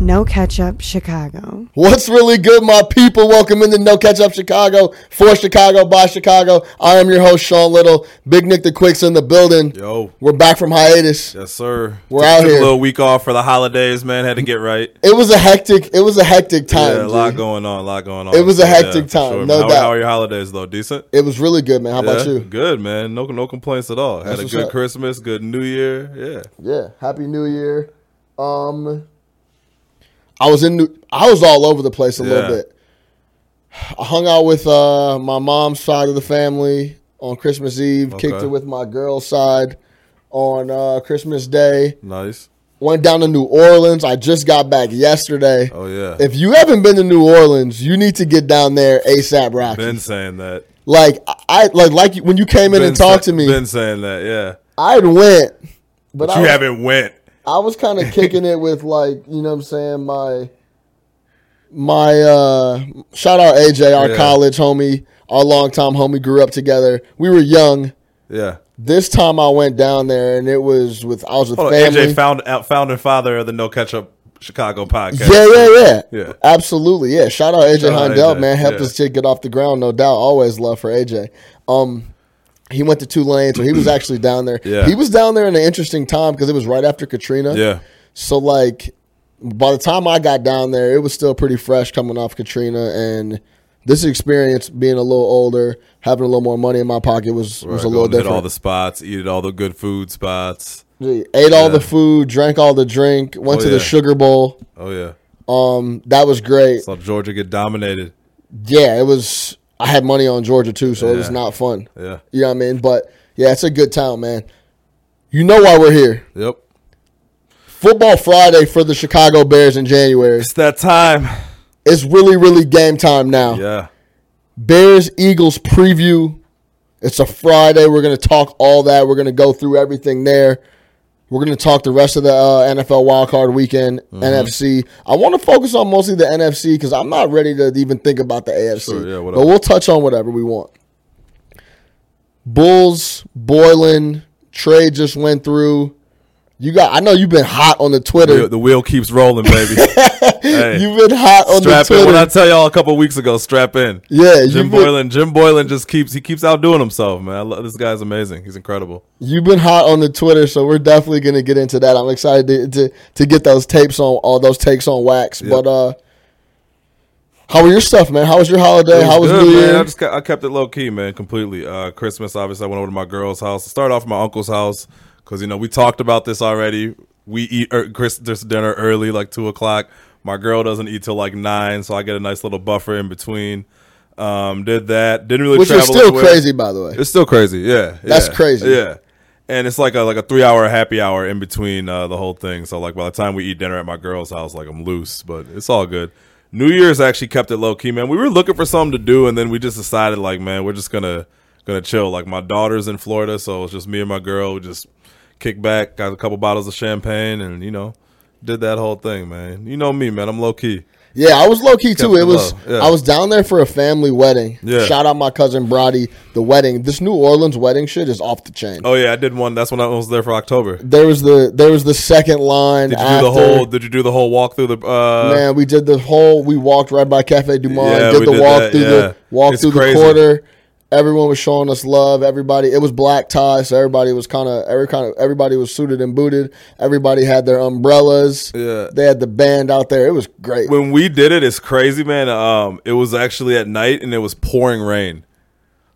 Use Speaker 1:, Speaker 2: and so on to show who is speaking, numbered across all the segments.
Speaker 1: No Ketchup Chicago.
Speaker 2: What's really good, my people? Welcome into No Catch Up Chicago for Chicago by Chicago. I am your host Sean Little. Big Nick the Quick's in the building.
Speaker 3: Yo.
Speaker 2: we're back from hiatus.
Speaker 3: Yes, sir.
Speaker 2: We're out
Speaker 3: Took
Speaker 2: here.
Speaker 3: A little week off for the holidays, man. Had to get right.
Speaker 2: It was a hectic. It was a hectic time.
Speaker 3: Yeah, a lot
Speaker 2: G.
Speaker 3: going on. A lot going on.
Speaker 2: It was a
Speaker 3: Yeah,
Speaker 2: hectic
Speaker 3: for
Speaker 2: time,
Speaker 3: sure,
Speaker 2: no
Speaker 3: man. how,
Speaker 2: doubt.
Speaker 3: How are your holidays though? Decent.
Speaker 2: It was really good, man. How about
Speaker 3: Yeah,
Speaker 2: you?
Speaker 3: Good, man. No, no complaints at all.
Speaker 2: That's
Speaker 3: Had a
Speaker 2: what's
Speaker 3: good
Speaker 2: up.
Speaker 3: Christmas. Good New Year. Yeah.
Speaker 2: Yeah. Happy New Year. Um, I was in. New, I was all over the place a
Speaker 3: Yeah.
Speaker 2: little bit. I hung out with uh, my mom's side of the family on Christmas Eve. Kicked
Speaker 3: Okay.
Speaker 2: it with my girl's side on uh, Christmas Day.
Speaker 3: Nice.
Speaker 2: Went down to New Orleans. I just got back yesterday.
Speaker 3: Oh yeah.
Speaker 2: If you haven't been to New Orleans, you need to get down there ASAP, Rocky.
Speaker 3: been saying that.
Speaker 2: Like I like like when you came in
Speaker 3: been
Speaker 2: and talked
Speaker 3: sa-
Speaker 2: to me,
Speaker 3: Been saying that. Yeah.
Speaker 2: I'd went, but,
Speaker 3: But
Speaker 2: I
Speaker 3: you
Speaker 2: was,
Speaker 3: haven't went.
Speaker 2: I was kind of kicking it with like you know what I'm saying my my uh shout out AJ our
Speaker 3: Yeah.
Speaker 2: college homie our longtime homie grew up together we were young
Speaker 3: Yeah.
Speaker 2: this time I went down there and it was with I was with
Speaker 3: Hold on.
Speaker 2: family
Speaker 3: AJ found out founder father of the No Catch Up Chicago podcast.
Speaker 2: yeah yeah yeah
Speaker 3: Yeah.
Speaker 2: absolutely yeah shout out AJ
Speaker 3: Shout out
Speaker 2: Heindel
Speaker 3: AJ,
Speaker 2: man helped
Speaker 3: yeah.
Speaker 2: this kid get off the ground no doubt always love for AJ um he went to Tulane so he was actually down there
Speaker 3: Yeah.
Speaker 2: he was down there in an interesting time because it was right after Katrina
Speaker 3: Yeah.
Speaker 2: So like by the time I got down there, it was still pretty fresh coming off Katrina and this experience being a little older, having a little more money in my pocket was was
Speaker 3: Right,
Speaker 2: a little
Speaker 3: going to hit all
Speaker 2: different.
Speaker 3: the spots. Eat all the good food spots.
Speaker 2: Yeah, Ate all the food, drank all the drink, went
Speaker 3: Oh,
Speaker 2: to the
Speaker 3: yeah.
Speaker 2: Sugar Bowl.
Speaker 3: Oh yeah.
Speaker 2: Um, that was great.
Speaker 3: Saw Georgia get dominated.
Speaker 2: Yeah, it was. I had money on Georgia too, so it was
Speaker 3: Yeah.
Speaker 2: not fun.
Speaker 3: Yeah.
Speaker 2: You know what I mean? But yeah, it's a good town, man. You know why we're here?
Speaker 3: Yep.
Speaker 2: Football Friday for the Chicago Bears in January.
Speaker 3: It's that time.
Speaker 2: It's really, really game time now.
Speaker 3: Yeah.
Speaker 2: Bears Eagles preview. It's a Friday. We're going to talk all that. We're going to go through everything there. We're going to talk the rest of the uh, NFL wildcard weekend,
Speaker 3: Mm-hmm.
Speaker 2: NFC. I want to focus on mostly the NFC because I'm not ready to even think about the AFC.
Speaker 3: Sure, yeah, whatever.
Speaker 2: but we'll touch on whatever we want. Bulls, Boylan, trade just went through. You got. I know you've been hot on the Twitter.
Speaker 3: Wheel- the wheel keeps rolling, baby. hey,
Speaker 2: You've been hot on the
Speaker 3: strap in.
Speaker 2: Twitter.
Speaker 3: When I tell y'all a couple weeks ago, strap in.
Speaker 2: yeah,
Speaker 3: Jim
Speaker 2: you've been,
Speaker 3: Boylan. Jim Boylan just keeps he keeps outdoing himself, man. I love, this guy's amazing. He's incredible.
Speaker 2: You've been hot on the Twitter, so we're definitely gonna get into that. I'm excited to to, to get those tapes on all those takes on wax. But uh how were your stuff, man? How was your holiday?
Speaker 3: It
Speaker 2: how was
Speaker 3: good,
Speaker 2: New
Speaker 3: man.
Speaker 2: Year?
Speaker 3: I just kept, I kept it low key, man. Completely. Uh, Christmas, obviously, I went over to my girl's house. I started off at my uncle's house because you know we talked about this already. We eat er, Christmas dinner early, like two o'clock. My girl doesn't eat till like nine, so I get a nice little buffer in between. Um, did that. Didn't really
Speaker 2: Which is
Speaker 3: travel
Speaker 2: still
Speaker 3: anywhere.
Speaker 2: crazy, by the way.
Speaker 3: It's still crazy. Yeah,
Speaker 2: That's
Speaker 3: yeah,
Speaker 2: crazy.
Speaker 3: Yeah, and it's like a like a three hour happy hour in between uh, the whole thing. So like by the time we eat dinner at my girl's house, like I'm loose, but it's all good. New Year's actually kept it low key, man. We were looking for something to do, and then we just decided like, man, we're just gonna gonna chill. Like my daughter's in Florida, so it's just me and my girl. We just kick back, got a couple bottles of champagne, and you know. Did that whole thing, man. You know me, man. I'm low key.
Speaker 2: Yeah, I was low key too.
Speaker 3: it
Speaker 2: It was
Speaker 3: low, yeah.
Speaker 2: I was down there for a family wedding.
Speaker 3: Yeah.
Speaker 2: Shout out my cousin Brody. The wedding, this New Orleans wedding shit is off the chain.
Speaker 3: Oh yeah, I did one. That's when I was there for October. Did
Speaker 2: There was the there was the second line.
Speaker 3: you
Speaker 2: after,
Speaker 3: do the whole? Did you do the whole walk through the? Uh,
Speaker 2: man, we did the whole. We walked right by Cafe Du Monde,
Speaker 3: Yeah,
Speaker 2: did
Speaker 3: we
Speaker 2: the
Speaker 3: did
Speaker 2: walk
Speaker 3: that,
Speaker 2: through
Speaker 3: yeah.
Speaker 2: the walk
Speaker 3: It's
Speaker 2: through
Speaker 3: crazy.
Speaker 2: the quarter. Everyone was showing us love. Everybody, it was black tie, so everybody was kind of every kind of everybody was suited and booted. Everybody had their umbrellas.
Speaker 3: Yeah.
Speaker 2: they had the band out there. It was great.
Speaker 3: when we did it, it's crazy, man. Um, it was actually at night and it was pouring rain.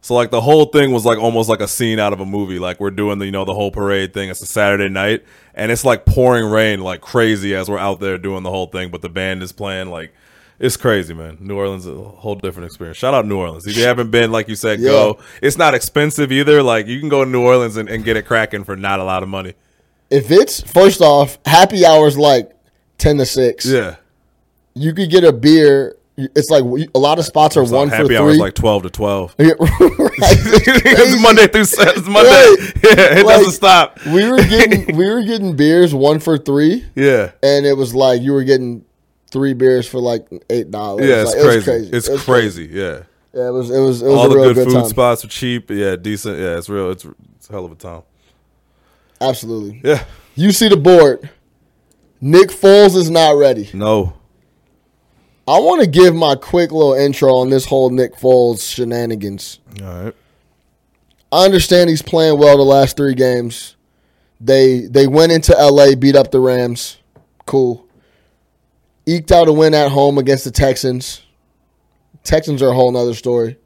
Speaker 3: So like the whole thing was like almost like a scene out of a movie. Like we're doing the you know the whole parade thing. It's a Saturday night and it's like pouring rain like crazy as we're out there doing the whole thing. But the band is playing like it's crazy, man. New Orleans is a whole different experience. Shout out New Orleans. If you haven't been, like you said, go. It's not expensive either. Like you can go to New Orleans and, and get it cracking for not a lot of money.
Speaker 2: If it's first off, happy hours like ten to six.
Speaker 3: Yeah.
Speaker 2: you could get a beer. It's like a lot of spots are
Speaker 3: So
Speaker 2: one for
Speaker 3: happy
Speaker 2: three.
Speaker 3: hours like twelve to twelve.
Speaker 2: Yeah, right. It's crazy.
Speaker 3: it's Monday through Saturday. It's Monday.
Speaker 2: Right.
Speaker 3: Yeah, it
Speaker 2: Like,
Speaker 3: doesn't stop.
Speaker 2: we were getting we were getting beers one for three.
Speaker 3: Yeah.
Speaker 2: and it was like you were getting three beers for like eight dollars.
Speaker 3: Yeah, it's
Speaker 2: Like,
Speaker 3: crazy.
Speaker 2: It
Speaker 3: It's
Speaker 2: was
Speaker 3: crazy. Yeah.
Speaker 2: Yeah, it was it was it was
Speaker 3: All
Speaker 2: a
Speaker 3: the
Speaker 2: real
Speaker 3: good,
Speaker 2: good,
Speaker 3: food
Speaker 2: time.
Speaker 3: spots are cheap. Yeah, decent. Yeah, it's real. It's, it's a hell of a time.
Speaker 2: Absolutely.
Speaker 3: Yeah.
Speaker 2: You see the board. Nick Foles is not ready.
Speaker 3: No.
Speaker 2: I want to give my quick little intro on this whole Nick Foles shenanigans.
Speaker 3: All right.
Speaker 2: I understand he's playing well the last three games. They they went into LA, beat up the Rams. Cool. Eked out a win at home against the Texans. Texans are a whole nother story.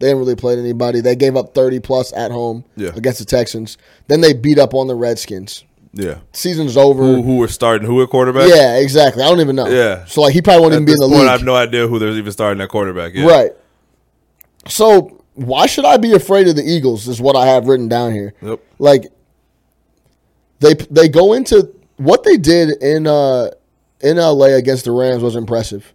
Speaker 2: They didn't really play to anybody. They gave up thirty plus at home
Speaker 3: Yeah.
Speaker 2: against the Texans. Then they beat up on the Redskins.
Speaker 3: Yeah.
Speaker 2: Season's over.
Speaker 3: Who who were starting who at quarterback?
Speaker 2: Yeah, exactly. I don't even know.
Speaker 3: Yeah.
Speaker 2: So like he probably won't
Speaker 3: At
Speaker 2: even be in
Speaker 3: this
Speaker 2: the
Speaker 3: point,
Speaker 2: league.
Speaker 3: I have no idea who they're even starting at quarterback. Yeah.
Speaker 2: Right. So why should I be afraid of the Eagles? Is what I have written down here.
Speaker 3: Yep.
Speaker 2: Like they they go into what they did in uh in LA against the Rams was impressive.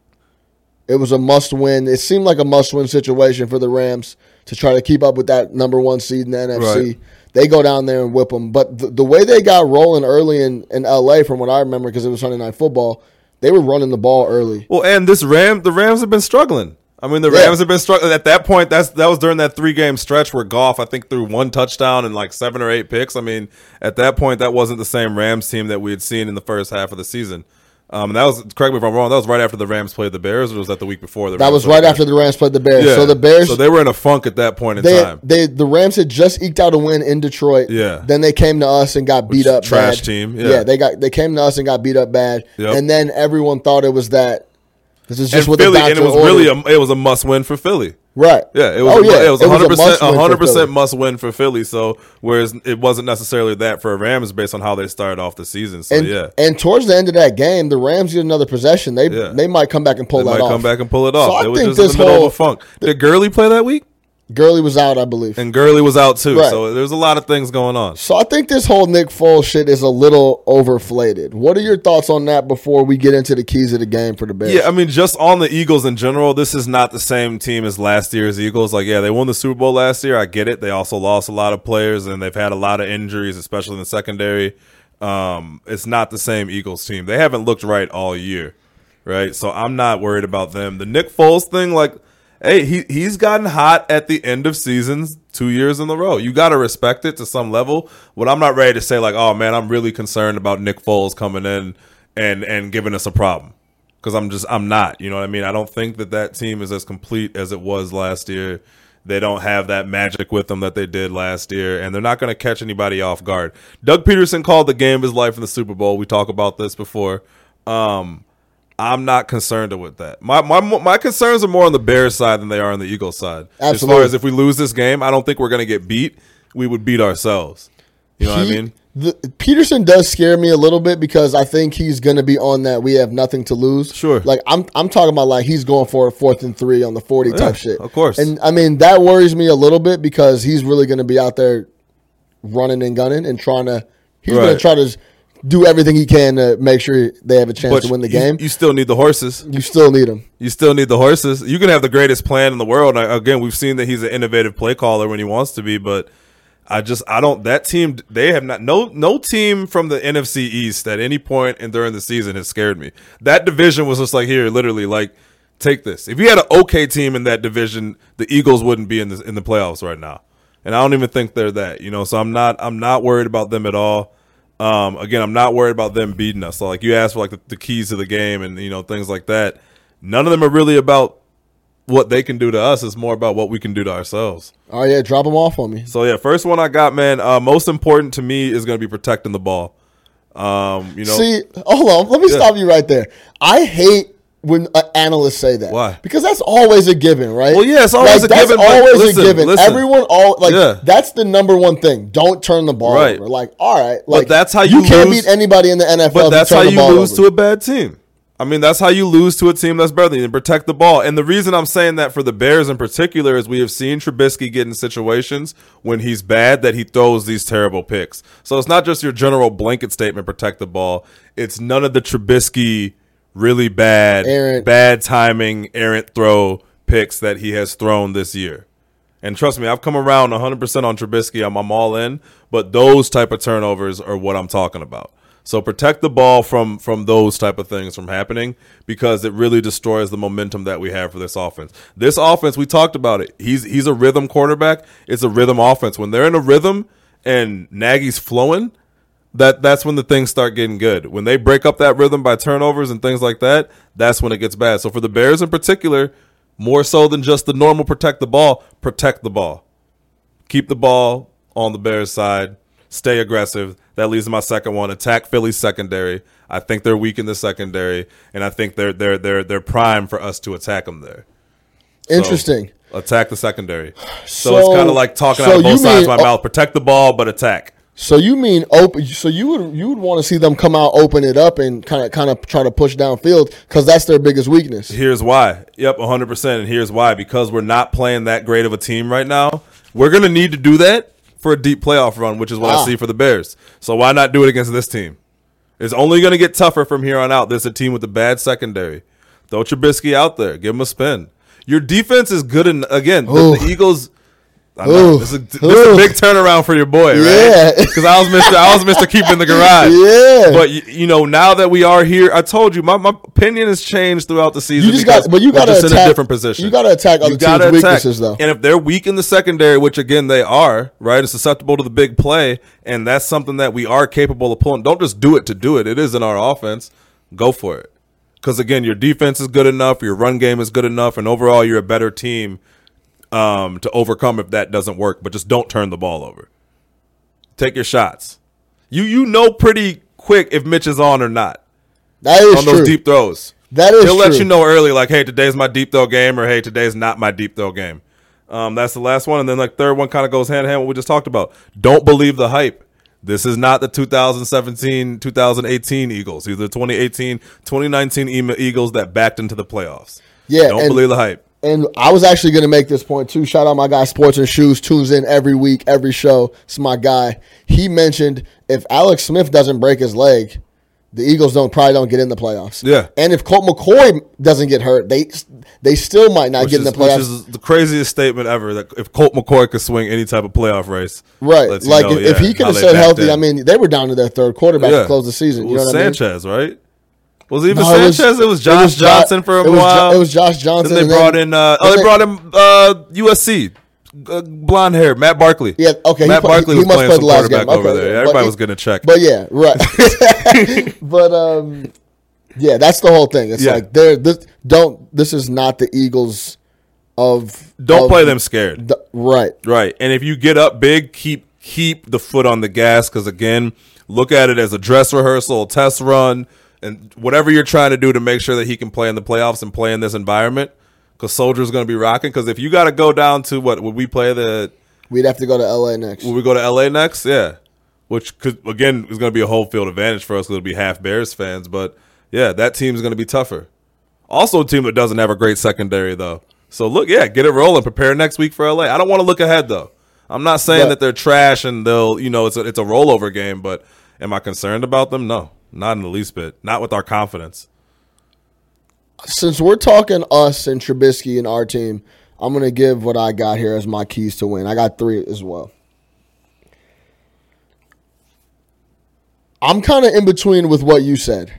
Speaker 2: It was a must win. It seemed like a must win situation for the Rams to try to keep up with that number one seed in the NFC.
Speaker 3: Right.
Speaker 2: They go down there and whip them. But the, the way they got rolling early in, in LA, from what I remember, because it was Sunday Night Football, they were running the ball early.
Speaker 3: Well, and this Ram, the Rams have been struggling. I mean, the
Speaker 2: Yeah.
Speaker 3: Rams have been struggling. At that point, that's that was during that three game stretch where Goff, I think, threw one touchdown and like seven or eight picks. I mean, at that point, that wasn't the same Rams team that we had seen in the first half of the season. Um, and that was correct me if I'm wrong. That was right after the Rams played the Bears, or was that the week before? The
Speaker 2: That
Speaker 3: Rams
Speaker 2: was
Speaker 3: played
Speaker 2: right
Speaker 3: the
Speaker 2: after the Rams played the Bears.
Speaker 3: Bears? Yeah.
Speaker 2: So the Bears
Speaker 3: So they were in a funk at that point in
Speaker 2: they,
Speaker 3: time.
Speaker 2: they the Rams had just eked out a win in Detroit.
Speaker 3: Yeah.
Speaker 2: Then they came to us and got
Speaker 3: is
Speaker 2: beat
Speaker 3: a
Speaker 2: up.
Speaker 3: trash
Speaker 2: bad.
Speaker 3: team, yeah.
Speaker 2: they got they came to us and got beat up bad.
Speaker 3: Yep.
Speaker 2: And then everyone thought it was that. This is just
Speaker 3: and
Speaker 2: what the
Speaker 3: Philly,
Speaker 2: doctor
Speaker 3: and it was
Speaker 2: ordered.
Speaker 3: really a, it was a must win for Philly.
Speaker 2: right.
Speaker 3: Yeah, it was.
Speaker 2: Oh, yeah.
Speaker 3: It was
Speaker 2: It was a must-win
Speaker 3: 100 percent,
Speaker 2: for
Speaker 3: 100 percent
Speaker 2: Philly.
Speaker 3: must win for Philly. So whereas it wasn't necessarily that for Rams based on how they started off the season. So
Speaker 2: And
Speaker 3: yeah,
Speaker 2: and towards the end of that game, the Rams get another possession. They
Speaker 3: Yeah.
Speaker 2: they might come back and pull
Speaker 3: they
Speaker 2: that
Speaker 3: might
Speaker 2: off.
Speaker 3: come back and pull it
Speaker 2: So I
Speaker 3: off. They were
Speaker 2: think
Speaker 3: just in the
Speaker 2: this
Speaker 3: middle
Speaker 2: whole-
Speaker 3: of a funk. Did Gurley play that week?
Speaker 2: Gurley was out, I believe.
Speaker 3: And Gurley was out too.
Speaker 2: Right.
Speaker 3: So there's a lot of things going on.
Speaker 2: so I think this whole Nick Foles shit is a little overflated. What are your thoughts on that before we get into the keys of the game for the Bears?
Speaker 3: Yeah, I mean, just on the Eagles in general, this is not the same team as last year's Eagles. Like, yeah, they won the Super Bowl last year. I get it. They also lost a lot of players, and they've had a lot of injuries, especially in the secondary. Um, it's not the same Eagles team. They haven't looked right all year, right? So I'm not worried about them. The Nick Foles thing, like, hey, he he's gotten hot at the end of seasons two years in a row. You got to respect it to some level. But I'm not ready to say like, oh man, I'm really concerned about Nick Foles coming in and and giving us a problem because I'm just I'm not. You know what I mean? I don't think that that team is as complete as it was last year. They don't have that magic with them that they did last year, and they're not going to catch anybody off guard. Doug Peterson called the game of his life in the Super Bowl. We talked about this before. Um, I'm not concerned with that. My, my my concerns are more on the Bears side than they are on the Eagles side. As
Speaker 2: Absolutely.
Speaker 3: far as if we lose this game, I don't think we're going to get beat. We would beat ourselves. You know what I
Speaker 2: He-
Speaker 3: mean?
Speaker 2: The, Peterson does scare me a little bit because I think he's going to be on that. We have nothing to lose.
Speaker 3: Sure.
Speaker 2: Like I'm, I'm talking about like he's going for a fourth and three on the forty type shit.
Speaker 3: of course.
Speaker 2: And I mean that worries me a little bit because he's really going to be out there running and gunning and trying to. He's going
Speaker 3: Right.
Speaker 2: to try to do everything he can to make sure they have a chance to win the
Speaker 3: you-
Speaker 2: game.
Speaker 3: you still need the horses.
Speaker 2: you still need him.
Speaker 3: You still need the horses. You can have the greatest plan in the world. I- Again, we've seen that he's an innovative play caller when he wants to be, but I just I don't that team they have not no no team from the NFC East at any point and during the season has scared me. That division was just like here literally like take this. If you had an okay team in that division, the Eagles wouldn't be in the in the playoffs right now. And I don't even think they're that, you know. So I'm not I'm not worried about them at all. Um, again, I'm not worried about them beating us. So, like you asked for like the, the keys to the game and you know things like that. None of them are really about what they can do to us. It's more about what we can do to ourselves.
Speaker 2: Oh yeah, drop him off on me.
Speaker 3: So yeah, first one I got, man. Uh, most important to me is going to be protecting the ball. Um, you know,
Speaker 2: See, hold on. Let me stop you right there. I hate when uh, analysts say that.
Speaker 3: Why?
Speaker 2: Because that's always a given, right?
Speaker 3: Well, yeah, it's always a given,
Speaker 2: That's
Speaker 3: but
Speaker 2: always
Speaker 3: listen,
Speaker 2: a given.
Speaker 3: listen.
Speaker 2: Everyone, all like
Speaker 3: Yeah.
Speaker 2: that's the number one thing. Don't turn the ball
Speaker 3: Right.
Speaker 2: over. Like, all right, like
Speaker 3: that's how you
Speaker 2: can't
Speaker 3: lose-
Speaker 2: beat anybody in the NFL.
Speaker 3: but that's how you lose
Speaker 2: it.
Speaker 3: to a bad team. I mean, that's how you lose to a team that's better than you. and Protect the ball. And the reason I'm saying that for the Bears in particular is we have seen Trubisky get in situations when he's bad that he throws these terrible picks. So it's not just your general blanket statement, protect the ball. It's none of the Trubisky really bad,
Speaker 2: Errant.
Speaker 3: bad timing, errant throw picks that he has thrown this year. And trust me, I've come around 100% on Trubisky. I'm, I'm all in, but those type of turnovers are what I'm talking about. So protect the ball from from those type of things from happening because it really destroys the momentum that we have for this offense. This offense, we talked about it. He's he's a rhythm quarterback. It's a rhythm offense. When they're in a rhythm and Nagy's flowing, that that's when the things start getting good. When they break up that rhythm by turnovers and things like that, that's when it gets bad. So for the Bears in particular, more so than just the normal protect the ball, protect the ball. Keep the ball on the Bears side. Stay aggressive. That leads to my second one. Attack Philly's secondary. I think they're weak in the secondary, and I think they're they're they're they're prime for us to attack them there. So,
Speaker 2: Interesting.
Speaker 3: attack the secondary. So,
Speaker 2: So-
Speaker 3: it's kind of like talking out
Speaker 2: so
Speaker 3: of both
Speaker 2: you
Speaker 3: sides of my
Speaker 2: mean-
Speaker 3: mouth. Protect the ball, but attack.
Speaker 2: So you mean open? So you would you would want to see them come out, open it up, and kind of kind of try to push downfield because that's their biggest weakness.
Speaker 3: Here's why. Yep, 100%. And here's why. Because we're not playing that great of a team right now. We're going to need to do that for a deep playoff run, which is what I
Speaker 2: Ah.
Speaker 3: see for the Bears. So why not do it against this team? It's only going to get tougher from here on out. There's a team with a bad secondary. Throw Trubisky out there. Give him a spin. Your defense is good. And again, the, the Eagles. I know,
Speaker 2: Ooh.
Speaker 3: this, is, this is a
Speaker 2: Ooh.
Speaker 3: big turnaround for your boy,
Speaker 2: Yeah.
Speaker 3: right? Because I was Mr. I was Mr. Keep in the garage.
Speaker 2: Yeah.
Speaker 3: But you, you know, now that we are here, I told you my, my opinion has changed throughout the season.
Speaker 2: You just
Speaker 3: because
Speaker 2: got- but you
Speaker 3: we're
Speaker 2: gotta
Speaker 3: just in a
Speaker 2: attack-
Speaker 3: different position.
Speaker 2: you gotta attack other
Speaker 3: gotta
Speaker 2: teams' weaknesses, though.
Speaker 3: And if they're weak in the secondary, which again they are, right, it's susceptible to the big play, and that's something that we are capable of pulling. Don't just do it to do it. It is in our offense. Go for it, because again, your defense is good enough, your run game is good enough, and overall, you're a better team um, to overcome if that doesn't work. But just don't turn the ball over. Take your shots. You you know pretty quick if Mitch is on or not
Speaker 2: That is
Speaker 3: on those
Speaker 2: true.
Speaker 3: deep throws.
Speaker 2: That is
Speaker 3: He'll let
Speaker 2: true.
Speaker 3: you know early, like, hey, today's my deep throw game, or hey, today's not my deep throw game. Um, that's the last one, and then like third one kind of goes hand in hand with what we just talked about. Don't believe the hype. This is not the 2017, 2018 Eagles. These are the 2018, 2019 Ema- E Eagles that backed into the playoffs.
Speaker 2: Yeah,
Speaker 3: don't
Speaker 2: and-
Speaker 3: believe the hype.
Speaker 2: And I was actually going to make this point too. Shout out my guy Sports and Shoes tunes in every week, every show. It's my guy. He mentioned if Alex Smith doesn't break his leg, the Eagles don't probably don't get in the playoffs.
Speaker 3: Yeah.
Speaker 2: And if Colt McCoy doesn't get hurt, they they still might not
Speaker 3: Which
Speaker 2: get
Speaker 3: is,
Speaker 2: in the
Speaker 3: which
Speaker 2: playoffs.
Speaker 3: is the craziest statement ever. That if Colt McCoy could swing any type of playoff race,
Speaker 2: right.
Speaker 3: lets you
Speaker 2: Like
Speaker 3: know,
Speaker 2: if, if
Speaker 3: yeah,
Speaker 2: he could
Speaker 3: how
Speaker 2: have
Speaker 3: they
Speaker 2: stayed
Speaker 3: backed
Speaker 2: healthy,
Speaker 3: in.
Speaker 2: I mean, they were down to their third quarterback to close the season.
Speaker 3: It
Speaker 2: You know
Speaker 3: was
Speaker 2: what I mean?
Speaker 3: Sanchez, right? Was it even
Speaker 2: No,
Speaker 3: Sanchez? It was, Josh
Speaker 2: Jo-
Speaker 3: Johnson for a
Speaker 2: it was Jo-
Speaker 3: while.
Speaker 2: it was Josh Johnson.
Speaker 3: Then
Speaker 2: and
Speaker 3: they brought in. Uh, oh,
Speaker 2: and
Speaker 3: they
Speaker 2: then-
Speaker 3: brought in uh, USC. Uh, blonde hair, Matt Barkley.
Speaker 2: Yeah, okay.
Speaker 3: Matt Barkley was playing
Speaker 2: play
Speaker 3: some quarterback over
Speaker 2: Okay,
Speaker 3: there.
Speaker 2: yeah,
Speaker 3: Everybody
Speaker 2: but-
Speaker 3: was gonna check.
Speaker 2: But yeah, right. but um, yeah, that's the whole thing. It's
Speaker 3: Yeah.
Speaker 2: like they're this don't. This is not the Eagles of
Speaker 3: Don't
Speaker 2: of
Speaker 3: play them scared,
Speaker 2: the- right.
Speaker 3: right? And if you get up big, keep keep the foot on the gas because again, look at it as a dress rehearsal, a test run, and whatever you're trying to do to make sure that he can play in the playoffs and play in this environment. Because Soldier's gonna be rocking. Because if you got to go down to what would we play the
Speaker 2: We'd have to go to L.A. next.
Speaker 3: Will we go to LA next? Yeah, which could again is going to be a home field advantage for us. 'cause It'll be half Bears fans, but yeah, that team's going to be tougher. Also, a team that doesn't have a great secondary though. So look, yeah, get it rolling. Prepare next week for LA. I don't want to look ahead though. I'm not saying
Speaker 2: But-
Speaker 3: that they're trash and they'll you know it's a, it's a rollover game, but am I concerned about them? No, not in the least bit. Not with our confidence.
Speaker 2: Since we're talking us and Trubisky and our team, I'm gonna give what I got here as my keys to win. I got three as well. I'm kind of in between with what you said.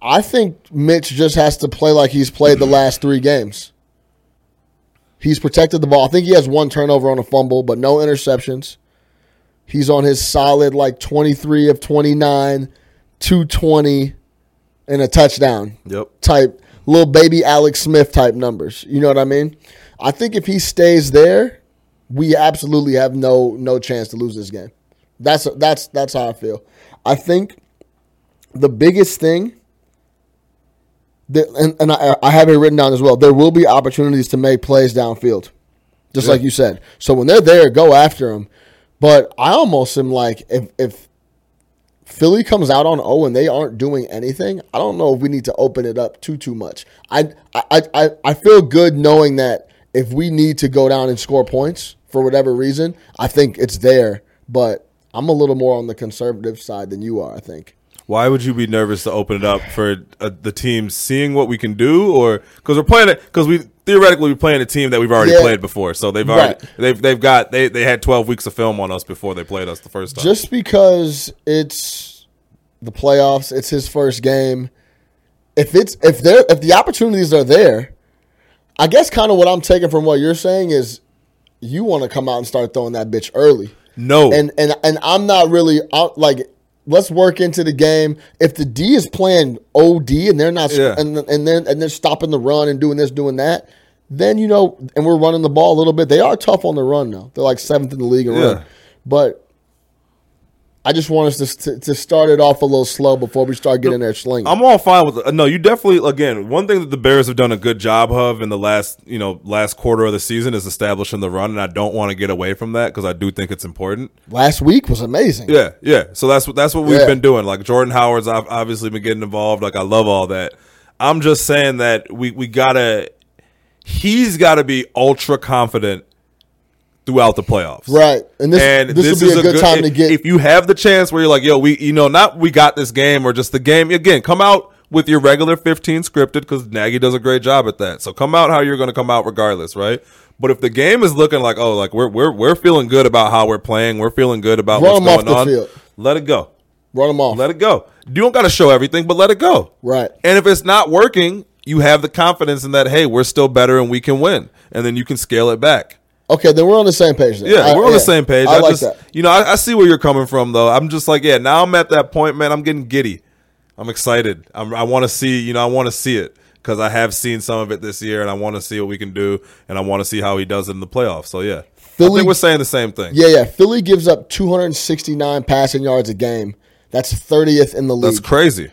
Speaker 2: I think Mitch just has to play like he's played the last three games. He's protected the ball. I think he has one turnover on a fumble, but no interceptions. He's on his solid like 23 of 29, 220, and a touchdown
Speaker 3: Yep.
Speaker 2: type, little baby Alex Smith type numbers. You know what I mean? I think if he stays there, we absolutely have no no chance to lose this game. That's that's that's how I feel. I think the biggest thing that and, and I, I have it written down as well. There will be opportunities to make plays downfield, just like you said. So when they're there, go after them. But I almost am like if if Philly comes out on 0 and they aren't doing anything, I don't know if we need to open it up too too much. I I I, I feel good knowing that if we need to go down and score points for whatever reason, I think it's there. But I'm a little more on the conservative side than you are, I think.
Speaker 3: Why would you be nervous to open it up for uh, the team seeing what we can do, or because we're playing it? Because we theoretically we're playing a team that we've already
Speaker 2: Yeah.
Speaker 3: played before, so they've already
Speaker 2: Right.
Speaker 3: they've they've got they they had twelve weeks of film on us before they played us the first time.
Speaker 2: Just because it's the playoffs, it's his first game. If it's if there if the opportunities are there, I guess kind of what I'm taking from what you're saying is you want to come out and start throwing that bitch early.
Speaker 3: no,
Speaker 2: And and and I'm not really out like let's work into the game. If the D is playing OD and they're not
Speaker 3: Yeah.
Speaker 2: and and then and they're stopping the run and doing this, doing that, then you know, and we're running the ball a little bit. They are tough on the run though. They're like seventh in the league in
Speaker 3: Yeah.
Speaker 2: run, but. I just want us to, to, to start it off a little slow before we start getting there slinging.
Speaker 3: I'm all fine with. uh, No, you definitely. Again, one thing that the Bears have done a good job of in the last, you know, last quarter of the season is establishing the run, and I don't want to get away from that because I do think it's important.
Speaker 2: Last week was amazing.
Speaker 3: Yeah, yeah. So that's what that's what we've
Speaker 2: Yeah.
Speaker 3: been doing. Like Jordan Howard's ob- obviously been getting involved. Like I love all that. I'm just saying that we we gotta. He's got to be ultra confident throughout the playoffs.
Speaker 2: Right. And this,
Speaker 3: and
Speaker 2: this, would be a good, time
Speaker 3: if,
Speaker 2: to get
Speaker 3: if you have the chance where you're like, yo, we you know, not we got this game or just the game again. Come out with your regular 15 scripted because Nagy does a great job at that. So come out how you're going to come out regardless, right? But if the game is looking like, oh, like we're we're we're feeling good about how we're playing, we're feeling good about
Speaker 2: Run 'em
Speaker 3: what's
Speaker 2: off
Speaker 3: going
Speaker 2: the
Speaker 3: on,
Speaker 2: field.
Speaker 3: let it go,
Speaker 2: run them off.
Speaker 3: let it go. You don't got to show everything, but let it go.
Speaker 2: Right.
Speaker 3: And if it's not working, you have the confidence in that, hey, we're still better and we can win, and then you can scale it back.
Speaker 2: Okay, then we're on the same page. Then.
Speaker 3: Yeah,
Speaker 2: I-
Speaker 3: we're on
Speaker 2: yeah,
Speaker 3: the same page.
Speaker 2: I, like
Speaker 3: just,
Speaker 2: that.
Speaker 3: You know, I, I see where you're coming from, though. I'm just like, yeah. Now I'm at that point, man. I'm getting giddy. I'm excited. I'm, I want to see. You know, I want to see it because I have seen some of it this year, and I want to see what we can do, and I want to see how he does it in the playoffs. So yeah, I
Speaker 2: Philly-
Speaker 3: think we're saying the same thing.
Speaker 2: Yeah, yeah. Philly gives up 269 passing yards a game. That's 30th in the league.
Speaker 3: that's
Speaker 2: That's,
Speaker 3: crazy,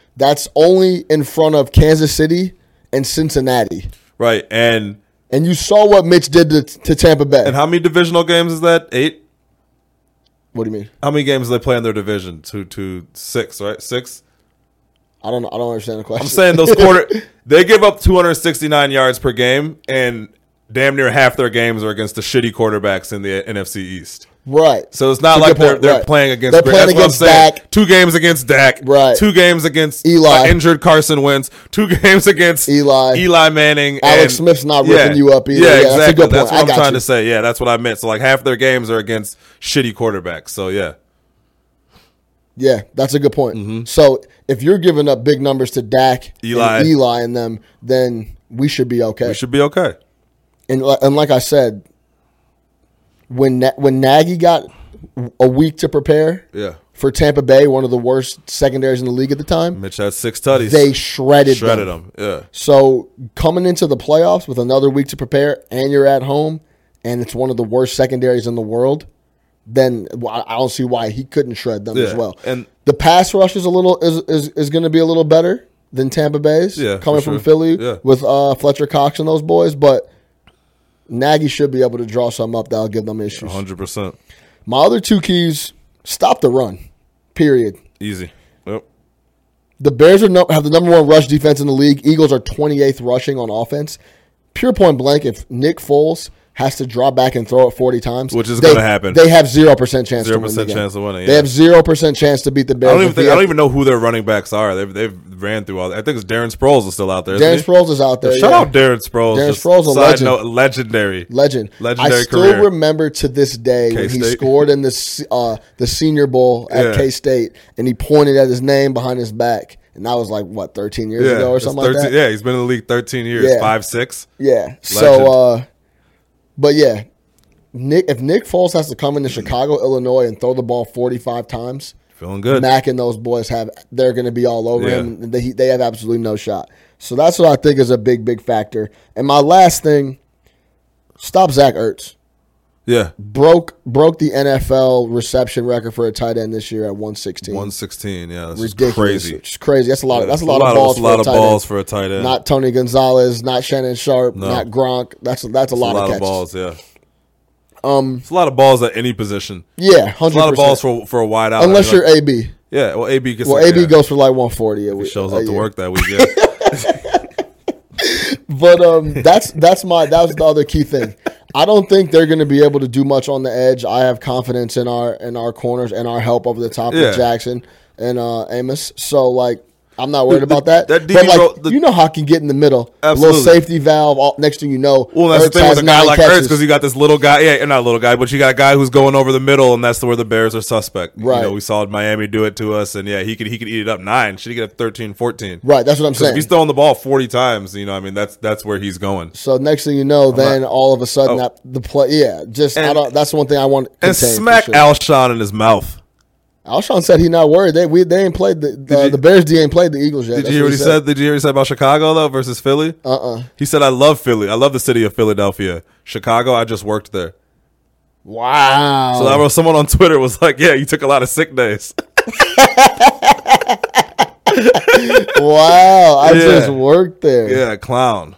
Speaker 2: only in front of Kansas City and Cincinnati.
Speaker 3: right? And
Speaker 2: And you saw what Mitch did to, to Tampa Bay.
Speaker 3: and how many divisional games is that? Eight.
Speaker 2: what do you mean?
Speaker 3: How many games do they play in their division? Two, two, six, right? Six.
Speaker 2: I don't. know. I don't understand the question.
Speaker 3: I'm saying those quarter they give up 269 yards per game, and damn near half their games are against the shitty quarterbacks in the NFC East.
Speaker 2: right.
Speaker 3: So it's not
Speaker 2: It's a
Speaker 3: like
Speaker 2: good
Speaker 3: they're,
Speaker 2: point,
Speaker 3: they're
Speaker 2: right.
Speaker 3: playing against
Speaker 2: They're
Speaker 3: great-
Speaker 2: playing
Speaker 3: that's what I'm
Speaker 2: against
Speaker 3: saying.
Speaker 2: Dak.
Speaker 3: Two games against Dak.
Speaker 2: Right.
Speaker 3: Two games against
Speaker 2: Eli.
Speaker 3: uh, injured Carson Wentz. Two games against
Speaker 2: Eli.
Speaker 3: Eli Manning.
Speaker 2: Alex Smith's not ripping you up either.
Speaker 3: Yeah,
Speaker 2: Yeah, that's a
Speaker 3: exactly.
Speaker 2: good point.
Speaker 3: That's
Speaker 2: I
Speaker 3: what
Speaker 2: got
Speaker 3: I'm trying
Speaker 2: you.
Speaker 3: to say. Yeah, that's what I meant. So like half their games are against shitty quarterbacks. So yeah.
Speaker 2: Yeah, that's a good point. So if you're giving up big numbers to Dak,
Speaker 3: Mm-hmm. Eli.
Speaker 2: and Eli, and them, then we should be okay.
Speaker 3: It should be okay.
Speaker 2: and li- and like I said, when Na- when Nagy got a week to prepare
Speaker 3: Yeah.
Speaker 2: for Tampa Bay, one of the worst secondaries in the league at the time,
Speaker 3: Mitch had six tutties.
Speaker 2: they shredded,
Speaker 3: shredded
Speaker 2: them.
Speaker 3: them. Yeah.
Speaker 2: So coming into the playoffs with another week to prepare, and you're at home, and it's one of the worst secondaries in the world, then well, I I don't see why he couldn't shred them as
Speaker 3: Yeah,
Speaker 2: well.
Speaker 3: and-
Speaker 2: the pass rush is a little is is, is going to be a little better than Tampa Bay's
Speaker 3: Yeah,
Speaker 2: coming
Speaker 3: for
Speaker 2: from
Speaker 3: sure.
Speaker 2: Philly
Speaker 3: Yeah.
Speaker 2: with uh, Fletcher Cox and those boys, but. Nagy should be able to draw some up that'll give them issues.
Speaker 3: 100%.
Speaker 2: My other two keys: stop the run. Period.
Speaker 3: Easy. Yep.
Speaker 2: The Bears are no, have the number one rush defense in the league. Eagles are 28th rushing on offense. Pure point blank, if Nick Foles has to drop back and throw it 40 times,
Speaker 3: Which is
Speaker 2: they-
Speaker 3: gonna happen.
Speaker 2: they have zero percent chance. Zero
Speaker 3: 0%
Speaker 2: percent
Speaker 3: chance of winning,
Speaker 2: They
Speaker 3: yeah.
Speaker 2: have zero percent chance to beat the Bears.
Speaker 3: I don't even
Speaker 2: if he
Speaker 3: think, I
Speaker 2: has-
Speaker 3: don't even know who their running backs are. They've they've ran through all. that. I think it's Darren Sproles is still out there. isn't
Speaker 2: Darren
Speaker 3: he?
Speaker 2: Sproles is out there.
Speaker 3: Shout
Speaker 2: yeah.
Speaker 3: out Darren Sproles.
Speaker 2: Darren
Speaker 3: Just
Speaker 2: Sproles, a
Speaker 3: side
Speaker 2: legend.
Speaker 3: note, legendary.
Speaker 2: Legend.
Speaker 3: Legendary
Speaker 2: I still
Speaker 3: career.
Speaker 2: remember to this day when he
Speaker 3: K-State.
Speaker 2: scored in the se- uh, the Senior Bowl at
Speaker 3: Yeah.
Speaker 2: K State, and he pointed at his name behind his back, and that was like what 13 years ago or
Speaker 3: it's
Speaker 2: something
Speaker 3: 13,
Speaker 2: like that.
Speaker 3: Yeah, he's been in the league 13 years,
Speaker 2: Yeah.
Speaker 3: five six.
Speaker 2: Yeah.
Speaker 3: Legend.
Speaker 2: So, uh, but yeah, Nick. If Nick Foles has to come into Chicago, Illinois, and throw the ball forty-five times,
Speaker 3: Feeling good.
Speaker 2: Mac and those boys have they're going to be all over
Speaker 3: Yeah.
Speaker 2: him. They they have absolutely no shot. So that's what I think is a big big factor. And my last thing, stop Zach Ertz.
Speaker 3: yeah,
Speaker 2: Broke broke the NFL reception record for a tight end this year at one sixteen.
Speaker 3: one sixteen. Yeah, that's just
Speaker 2: Ridiculous.
Speaker 3: crazy.
Speaker 2: It's crazy. That's a lot. that's a lot, of balls.
Speaker 3: that's
Speaker 2: for
Speaker 3: A lot of
Speaker 2: tight end.
Speaker 3: balls for a tight end.
Speaker 2: Not Tony Gonzalez. Not Shannon Sharp. Not Gronk. That's that's a
Speaker 3: It's
Speaker 2: lot, of catches.
Speaker 3: balls. Yeah. Um, it's a lot of balls at any position.
Speaker 2: Yeah,
Speaker 3: It's
Speaker 2: hundred
Speaker 3: a lot of balls for for a wide out.
Speaker 2: unless you're AB.
Speaker 3: yeah. Well, AB gets
Speaker 2: Well,
Speaker 3: like,
Speaker 2: AB
Speaker 3: yeah,
Speaker 2: goes for like one forty uh, a week.
Speaker 3: shows
Speaker 2: a
Speaker 3: up to
Speaker 2: year.
Speaker 3: work that week. Yeah.
Speaker 2: But um, that's that's my that was the other key thing. I don't think they're going to be able to do much on the edge. I have confidence in our in our corners and our help over the top
Speaker 3: Yeah.
Speaker 2: with Jackson and uh, Amos. So like. I'm not worried
Speaker 3: Dude,
Speaker 2: about
Speaker 3: the-
Speaker 2: that.
Speaker 3: that DB
Speaker 2: but like,
Speaker 3: ro- the-
Speaker 2: you know how I can get in the middle.
Speaker 3: Absolutely.
Speaker 2: Little safety valve. All, next thing you know,
Speaker 3: Well, that's
Speaker 2: Ertz
Speaker 3: the thing
Speaker 2: has
Speaker 3: with a guy
Speaker 2: nine
Speaker 3: like Ertz
Speaker 2: catches.
Speaker 3: because you got this little guy. Yeah, not a little guy, but you got a guy who's going over the middle, and that's where the Bears are suspect. You
Speaker 2: Right.
Speaker 3: know, we saw Miami do it to us, and yeah, he could he could eat it up nine. Should he get up 13, 14?
Speaker 2: right. That's what I'm
Speaker 3: Because if
Speaker 2: saying.
Speaker 3: he's throwing the ball forty times, you know, I mean, that's that's where he's going.
Speaker 2: So next thing you know, then all of a sudden
Speaker 3: Oh.
Speaker 2: that the play, yeah, just I
Speaker 3: And-
Speaker 2: don't. That's one thing I want.
Speaker 3: And
Speaker 2: contained for
Speaker 3: smack
Speaker 2: sure.
Speaker 3: Alshon in his mouth.
Speaker 2: Alshon said he not worried. They we they ain't played the the,
Speaker 3: you-
Speaker 2: the Bears. D ain't played the Eagles yet.
Speaker 3: Did you
Speaker 2: That's
Speaker 3: hear what he said? Did you hear what he said about Chicago though versus Philly?
Speaker 2: Uh uh
Speaker 3: He said, "I love Philly. I love the city of Philadelphia. Chicago, I just worked there."
Speaker 2: Wow.
Speaker 3: So that was someone on Twitter was like, "Yeah, you took a lot of sick days."
Speaker 2: wow. I
Speaker 3: Yeah.
Speaker 2: just worked there. Yeah.
Speaker 3: yeah, clown.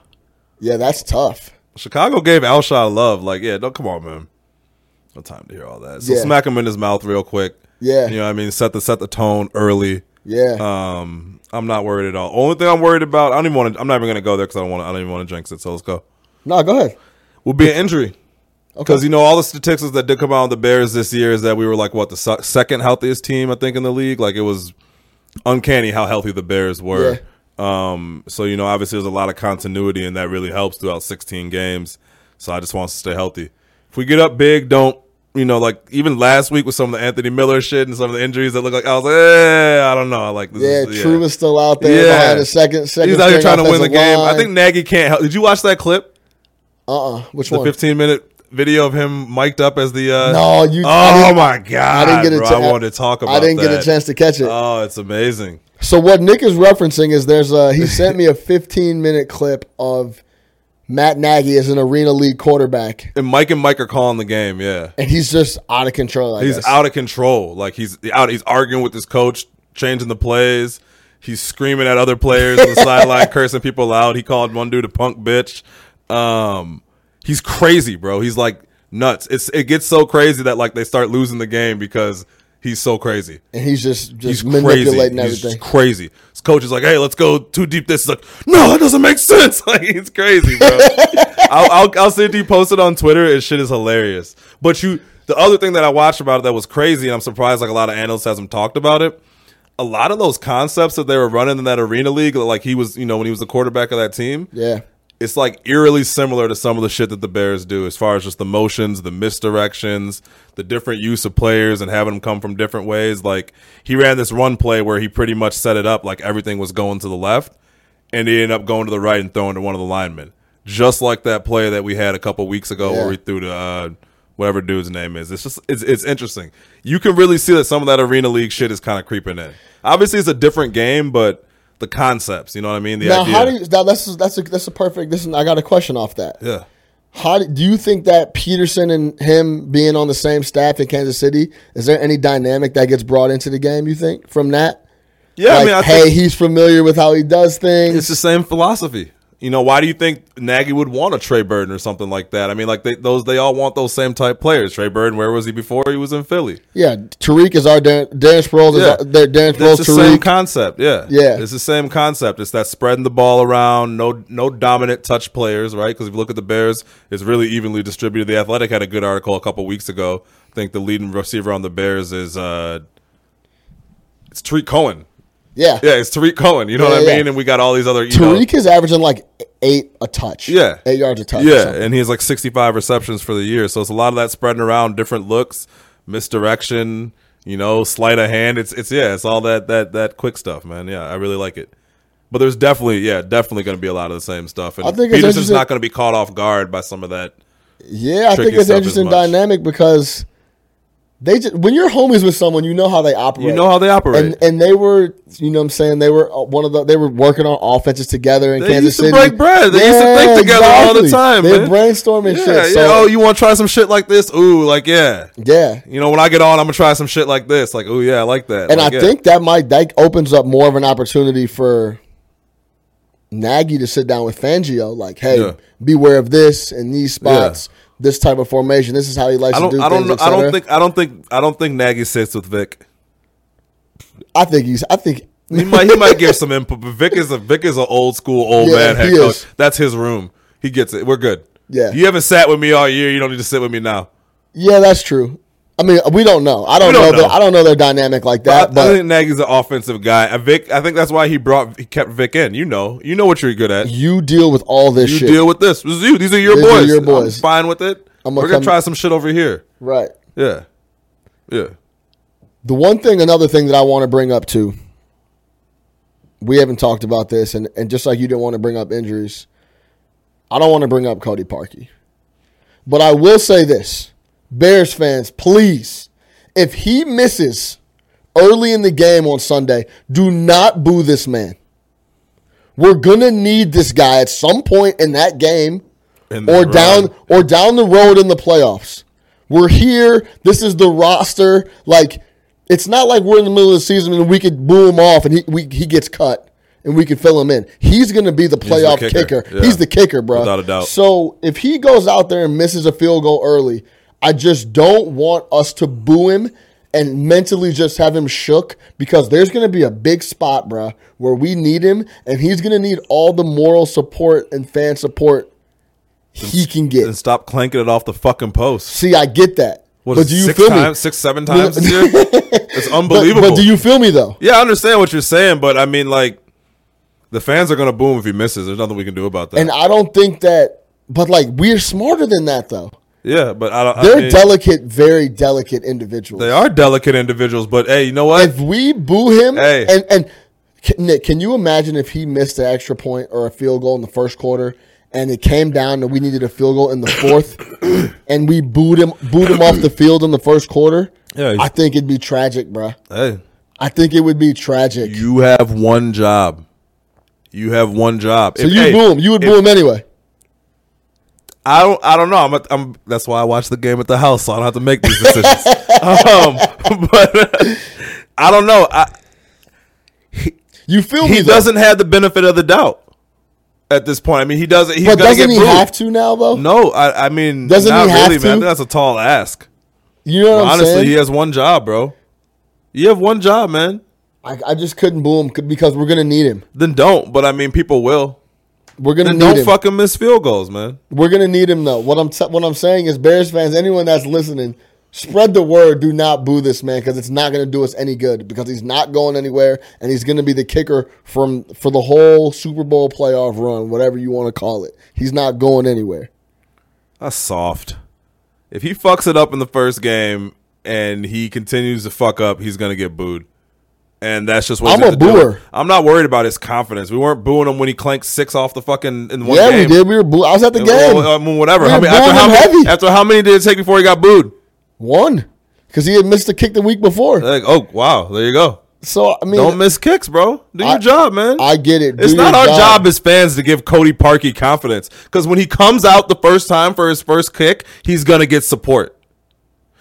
Speaker 2: that's tough.
Speaker 3: Chicago gave Alshon love. Like, yeah, don't come on, man. No time to hear all that. So
Speaker 2: Yeah.
Speaker 3: smack him in his mouth real quick.
Speaker 2: Yeah.
Speaker 3: You know what I mean? Set the set the tone early.
Speaker 2: Yeah.
Speaker 3: Um, I'm not worried at all. Only thing I'm worried about, I don't even want to. I'm not even gonna go there because I don't want. I don't even want to jinx it. So let's go.
Speaker 2: no, go ahead.
Speaker 3: Will be an injury. Because you know all the statistics that did come out of the Bears this year is that we were like what the se- second healthiest team I think in the league. Like it was uncanny how healthy the Bears were. Um, so you know obviously there's a lot of continuity and that really helps throughout 16 games. So I just want us to stay healthy. If we get up big, don't you know like even last week with some of the Anthony Miller shit and some of the injuries that look like I was like eh, I don't know. I like this
Speaker 2: Yeah,
Speaker 3: is-
Speaker 2: Truman's still out there
Speaker 3: Yeah.
Speaker 2: behind the second second.
Speaker 3: He's out here trying to win the game. I think
Speaker 2: Uh
Speaker 3: Nagy can't help. Did you watch that clip?
Speaker 2: uh Which
Speaker 3: the
Speaker 2: one?
Speaker 3: 15 minute video of him mic'd up as the uh
Speaker 2: No, you- I
Speaker 3: oh
Speaker 2: didn't-
Speaker 3: my god i didn't get a
Speaker 2: chan-
Speaker 3: wanted to talk about
Speaker 2: I didn't get
Speaker 3: that.
Speaker 2: a chance to catch it.
Speaker 3: oh it's amazing
Speaker 2: So what Nick is referencing is there's a he sent me a 15 minute clip of Matt Nagy as an arena league quarterback,
Speaker 3: and mike and mike are calling the game yeah
Speaker 2: and he's just out of control. I
Speaker 3: he's
Speaker 2: guess.
Speaker 3: out of control like he's out he's arguing with his coach changing the plays he's screaming at other players on the sideline cursing people out he called one dude a punk bitch um he's crazy bro he's like nuts it's it gets so crazy that like they start losing the game because he's so crazy
Speaker 2: and he's just just
Speaker 3: He's
Speaker 2: manipulating
Speaker 3: crazy.
Speaker 2: everything.
Speaker 3: He's crazy. His coach is like, "Hey, let's go too deep." This is like, no, that doesn't make sense. Like he's crazy, bro. I'll, I'll I'll see if he posted on Twitter. His shit is hilarious. But you, the other thing that I watched about it that was crazy, and I'm surprised like a lot of analysts hasn't talked about it. A lot of those concepts that they were running in that arena league, like he was, you know, when he was the quarterback of that team,
Speaker 2: yeah,
Speaker 3: it's like eerily similar to some of the shit that the Bears do as far as just the motions, the misdirections, the different use of players and having them come from different ways. Like he ran this run play where he pretty much set it up like everything was going to the left and he ended up going to the right and throwing to one of the linemen. Just like that play that we had a couple weeks ago
Speaker 2: Yeah.
Speaker 3: where we threw to uh, whatever dude's name is. It's just it's it's interesting. You can really see that some of that arena league shit is kind of creeping in. Obviously it's a different game, but the concepts, you know what I mean? The
Speaker 2: now,
Speaker 3: idea.
Speaker 2: how do you? Now that's that's a that's a perfect. This is, I got a question off that.
Speaker 3: yeah.
Speaker 2: How do, do you think that Peterson and him being on the same staff in Kansas City? Is there any dynamic that gets brought into the game? You think from that?
Speaker 3: Yeah,
Speaker 2: like,
Speaker 3: I mean, I
Speaker 2: hey,
Speaker 3: think-
Speaker 2: he's familiar with how he does
Speaker 3: It's
Speaker 2: things.
Speaker 3: the same philosophy. You know, why do you think Nagy would want a Trey Burton or something like that? I mean, like they, those, they all want those same type players. Trey Burton, where was he before he was in Philly?
Speaker 2: Yeah, Tariq is our Dan, Dan Sproles.
Speaker 3: Yeah.
Speaker 2: Is our, their Dan Sproles,
Speaker 3: It's the same
Speaker 2: Tariq.
Speaker 3: concept. Yeah,
Speaker 2: Yeah.
Speaker 3: It's the same concept. It's that spreading the ball around, no, no dominant touch players, right? Because if you look at the Bears, it's really evenly distributed. The Athletic had a good article a couple weeks ago. I think the leading receiver on the Bears is uh, it's Tariq Cohen.
Speaker 2: yeah,
Speaker 3: Yeah, it's Tariq Cohen. You know what I
Speaker 2: Yeah, yeah.
Speaker 3: mean? And we got all these other you know-
Speaker 2: Tariq is averaging like eight a touch.
Speaker 3: Yeah.
Speaker 2: eight yards a touch. or
Speaker 3: Yeah,
Speaker 2: something.
Speaker 3: and he has like 65 receptions for the year. So it's a lot of that spreading around, different looks, misdirection, you know, sleight of hand. It's it's yeah, it's all that that that quick stuff, man. Yeah, I really like it. But there's definitely yeah, definitely going to be a lot of the same stuff. And
Speaker 2: I think it's
Speaker 3: Peterson's
Speaker 2: interesting-
Speaker 3: not going to be caught off guard by some of that.
Speaker 2: yeah. I
Speaker 3: Tricky
Speaker 2: think it's an
Speaker 3: stuff as
Speaker 2: interesting
Speaker 3: much.
Speaker 2: dynamic because they just, when you're homies with someone, you know how they operate.
Speaker 3: You know how they operate.
Speaker 2: and and they were, you know, what I'm saying they were uh, one of the they were working on offenses together in
Speaker 3: They
Speaker 2: Kansas
Speaker 3: used to
Speaker 2: City.
Speaker 3: break bread. They used to think together all the time,
Speaker 2: They're
Speaker 3: man.
Speaker 2: brainstorming
Speaker 3: yeah,
Speaker 2: shit. So,
Speaker 3: yeah. Oh, you want to try some shit like this? Ooh, like yeah.
Speaker 2: yeah.
Speaker 3: You know, when I get on, I'm gonna try some shit like this. Like, ooh, yeah, I like that.
Speaker 2: And
Speaker 3: Like,
Speaker 2: I
Speaker 3: yeah.
Speaker 2: think that might that opens up more of an opportunity for Nagy to sit down with Fangio, like, hey,
Speaker 3: Yeah.
Speaker 2: beware of this and these spots, this type of formation. This is how he likes
Speaker 3: I
Speaker 2: to
Speaker 3: don't.
Speaker 2: do
Speaker 3: I don't.
Speaker 2: things.
Speaker 3: know-
Speaker 2: et
Speaker 3: I
Speaker 2: cetera."
Speaker 3: don't think. I don't think. I don't think Nagy sits with Vic.
Speaker 2: I think he's. I think
Speaker 3: He might he might give some input, but Vic is a Vic is an old school old
Speaker 2: Yeah,
Speaker 3: man head
Speaker 2: he
Speaker 3: coach.
Speaker 2: is.
Speaker 3: That's his room. He gets it. We're good.
Speaker 2: Yeah.
Speaker 3: You haven't sat with me all year. You don't need to sit with me now.
Speaker 2: Yeah, that's true. I mean, we don't know. I don't,
Speaker 3: don't
Speaker 2: know.
Speaker 3: know.
Speaker 2: Their, I don't know their dynamic like
Speaker 3: I,
Speaker 2: that.
Speaker 3: I
Speaker 2: But
Speaker 3: think Nagy's an offensive guy. And Vic, I think that's why he brought he kept Vic in. You know, you know what you're good at. You
Speaker 2: you deal with all this shit,
Speaker 3: deal with this. This is you. These are your
Speaker 2: These are
Speaker 3: boys.
Speaker 2: your
Speaker 3: I'm
Speaker 2: boys.
Speaker 3: fine with it.
Speaker 2: I'ma
Speaker 3: We're gonna
Speaker 2: come-
Speaker 3: try some shit over here.
Speaker 2: right?
Speaker 3: Yeah. Yeah.
Speaker 2: The one thing, another thing that I want to bring up too. We haven't talked about this, and, and just like you didn't want to bring up injuries, I don't want to bring up Cody Parkey. But I will say this Bears fans, please, if he misses early in the game on Sunday. Do not boo this man. We're gonna need this guy at some point in that game,
Speaker 3: In the
Speaker 2: or
Speaker 3: run.
Speaker 2: down or down the road in the playoffs. We're here. This is the roster. Like, it's not like we're in the middle of the season and we could boo him off and he we, he gets cut and we can fill him in. He's gonna be the playoff
Speaker 3: kicker.
Speaker 2: kicker.
Speaker 3: Yeah.
Speaker 2: He's the kicker, bro.
Speaker 3: Without a doubt.
Speaker 2: So if he goes out there and misses a field goal early, I just don't want us to boo him and mentally just have him shook because there's going to be a big spot, bruh, where we need him and he's going to need all the moral support and fan support he can
Speaker 3: and
Speaker 2: get.
Speaker 3: stop clanking it off the fucking post.
Speaker 2: See, I get that.
Speaker 3: What
Speaker 2: but
Speaker 3: is
Speaker 2: do
Speaker 3: it,
Speaker 2: you
Speaker 3: six
Speaker 2: feel
Speaker 3: times,
Speaker 2: me?
Speaker 3: six, seven times this year? It's
Speaker 2: But,
Speaker 3: unbelievable.
Speaker 2: but do you feel me though?
Speaker 3: Yeah, I understand what you're saying, but I mean, like, the fans are gonna boom if he misses. There's nothing we can do about that.
Speaker 2: And I don't think that but like we're smarter than that though.
Speaker 3: yeah, but I don't. I
Speaker 2: They're
Speaker 3: mean,
Speaker 2: delicate, very delicate individuals.
Speaker 3: they are delicate individuals, but hey, you know what?
Speaker 2: if we boo him
Speaker 3: Hey.
Speaker 2: and and K- Nick, can you imagine if he missed an extra point or a field goal in the first quarter and it came down and we needed a field goal in the fourth and we booed him booed him off the field in the first quarter?
Speaker 3: Yeah, he's-
Speaker 2: I think it'd be tragic, bruh.
Speaker 3: hey,
Speaker 2: I think it would be tragic.
Speaker 3: you have one job. You have one job.
Speaker 2: so you boo him, you would boo him anyway.
Speaker 3: I don't. I don't know. I'm. A, I'm. That's why I watch the game at the house, so I don't have to make these decisions. um, but I don't know. I,
Speaker 2: You feel me?
Speaker 3: he
Speaker 2: though?
Speaker 3: doesn't have the benefit of the doubt at this point. I mean, he doesn't. He's
Speaker 2: But
Speaker 3: gonna
Speaker 2: doesn't
Speaker 3: get
Speaker 2: he
Speaker 3: booed.
Speaker 2: have to now though?
Speaker 3: No, I. I mean,
Speaker 2: Doesn't
Speaker 3: not
Speaker 2: he have
Speaker 3: really, man. I
Speaker 2: to?
Speaker 3: think that's a tall ask.
Speaker 2: You know what
Speaker 3: Honestly,
Speaker 2: I'm saying?
Speaker 3: he has one job, bro. You have one job, man.
Speaker 2: I, I just couldn't boo him c- because we're gonna need him.
Speaker 3: Then don't. But I mean, people will.
Speaker 2: We're gonna
Speaker 3: Then
Speaker 2: need
Speaker 3: don't
Speaker 2: him.
Speaker 3: fucking miss field goals, man.
Speaker 2: We're gonna need him though. What I'm t- what I'm saying is, Bears fans, anyone that's listening, spread the word. Do not boo this man because it's not gonna do us any good because he's not going anywhere and he's gonna be the kicker from for the whole Super Bowl playoff run, whatever you want to call it. He's not going anywhere.
Speaker 3: That's soft. If he fucks it up in the first game and he continues to fuck up, he's gonna get booed. And that's just what
Speaker 2: I'm
Speaker 3: he's
Speaker 2: a
Speaker 3: gonna do.
Speaker 2: booer.
Speaker 3: I'm not worried about his confidence. We weren't booing him when he clanked six off the fucking in one
Speaker 2: yeah,
Speaker 3: game.
Speaker 2: we did. We were boo. I was at the game.
Speaker 3: Well, I mean, whatever.
Speaker 2: We
Speaker 3: How
Speaker 2: were
Speaker 3: many, after,
Speaker 2: booing
Speaker 3: how
Speaker 2: him
Speaker 3: many,
Speaker 2: heavy.
Speaker 3: after how many did it take before he got booed?
Speaker 2: One because he had missed a kick the week before.
Speaker 3: Like, oh wow, there you go.
Speaker 2: So I mean,
Speaker 3: Don't miss kicks, bro. Do your
Speaker 2: I-
Speaker 3: job, man.
Speaker 2: I get it.
Speaker 3: It's
Speaker 2: Do
Speaker 3: not
Speaker 2: your
Speaker 3: our job as fans to give Cody Parkey confidence because when he comes out the first time for his first kick, he's gonna get support.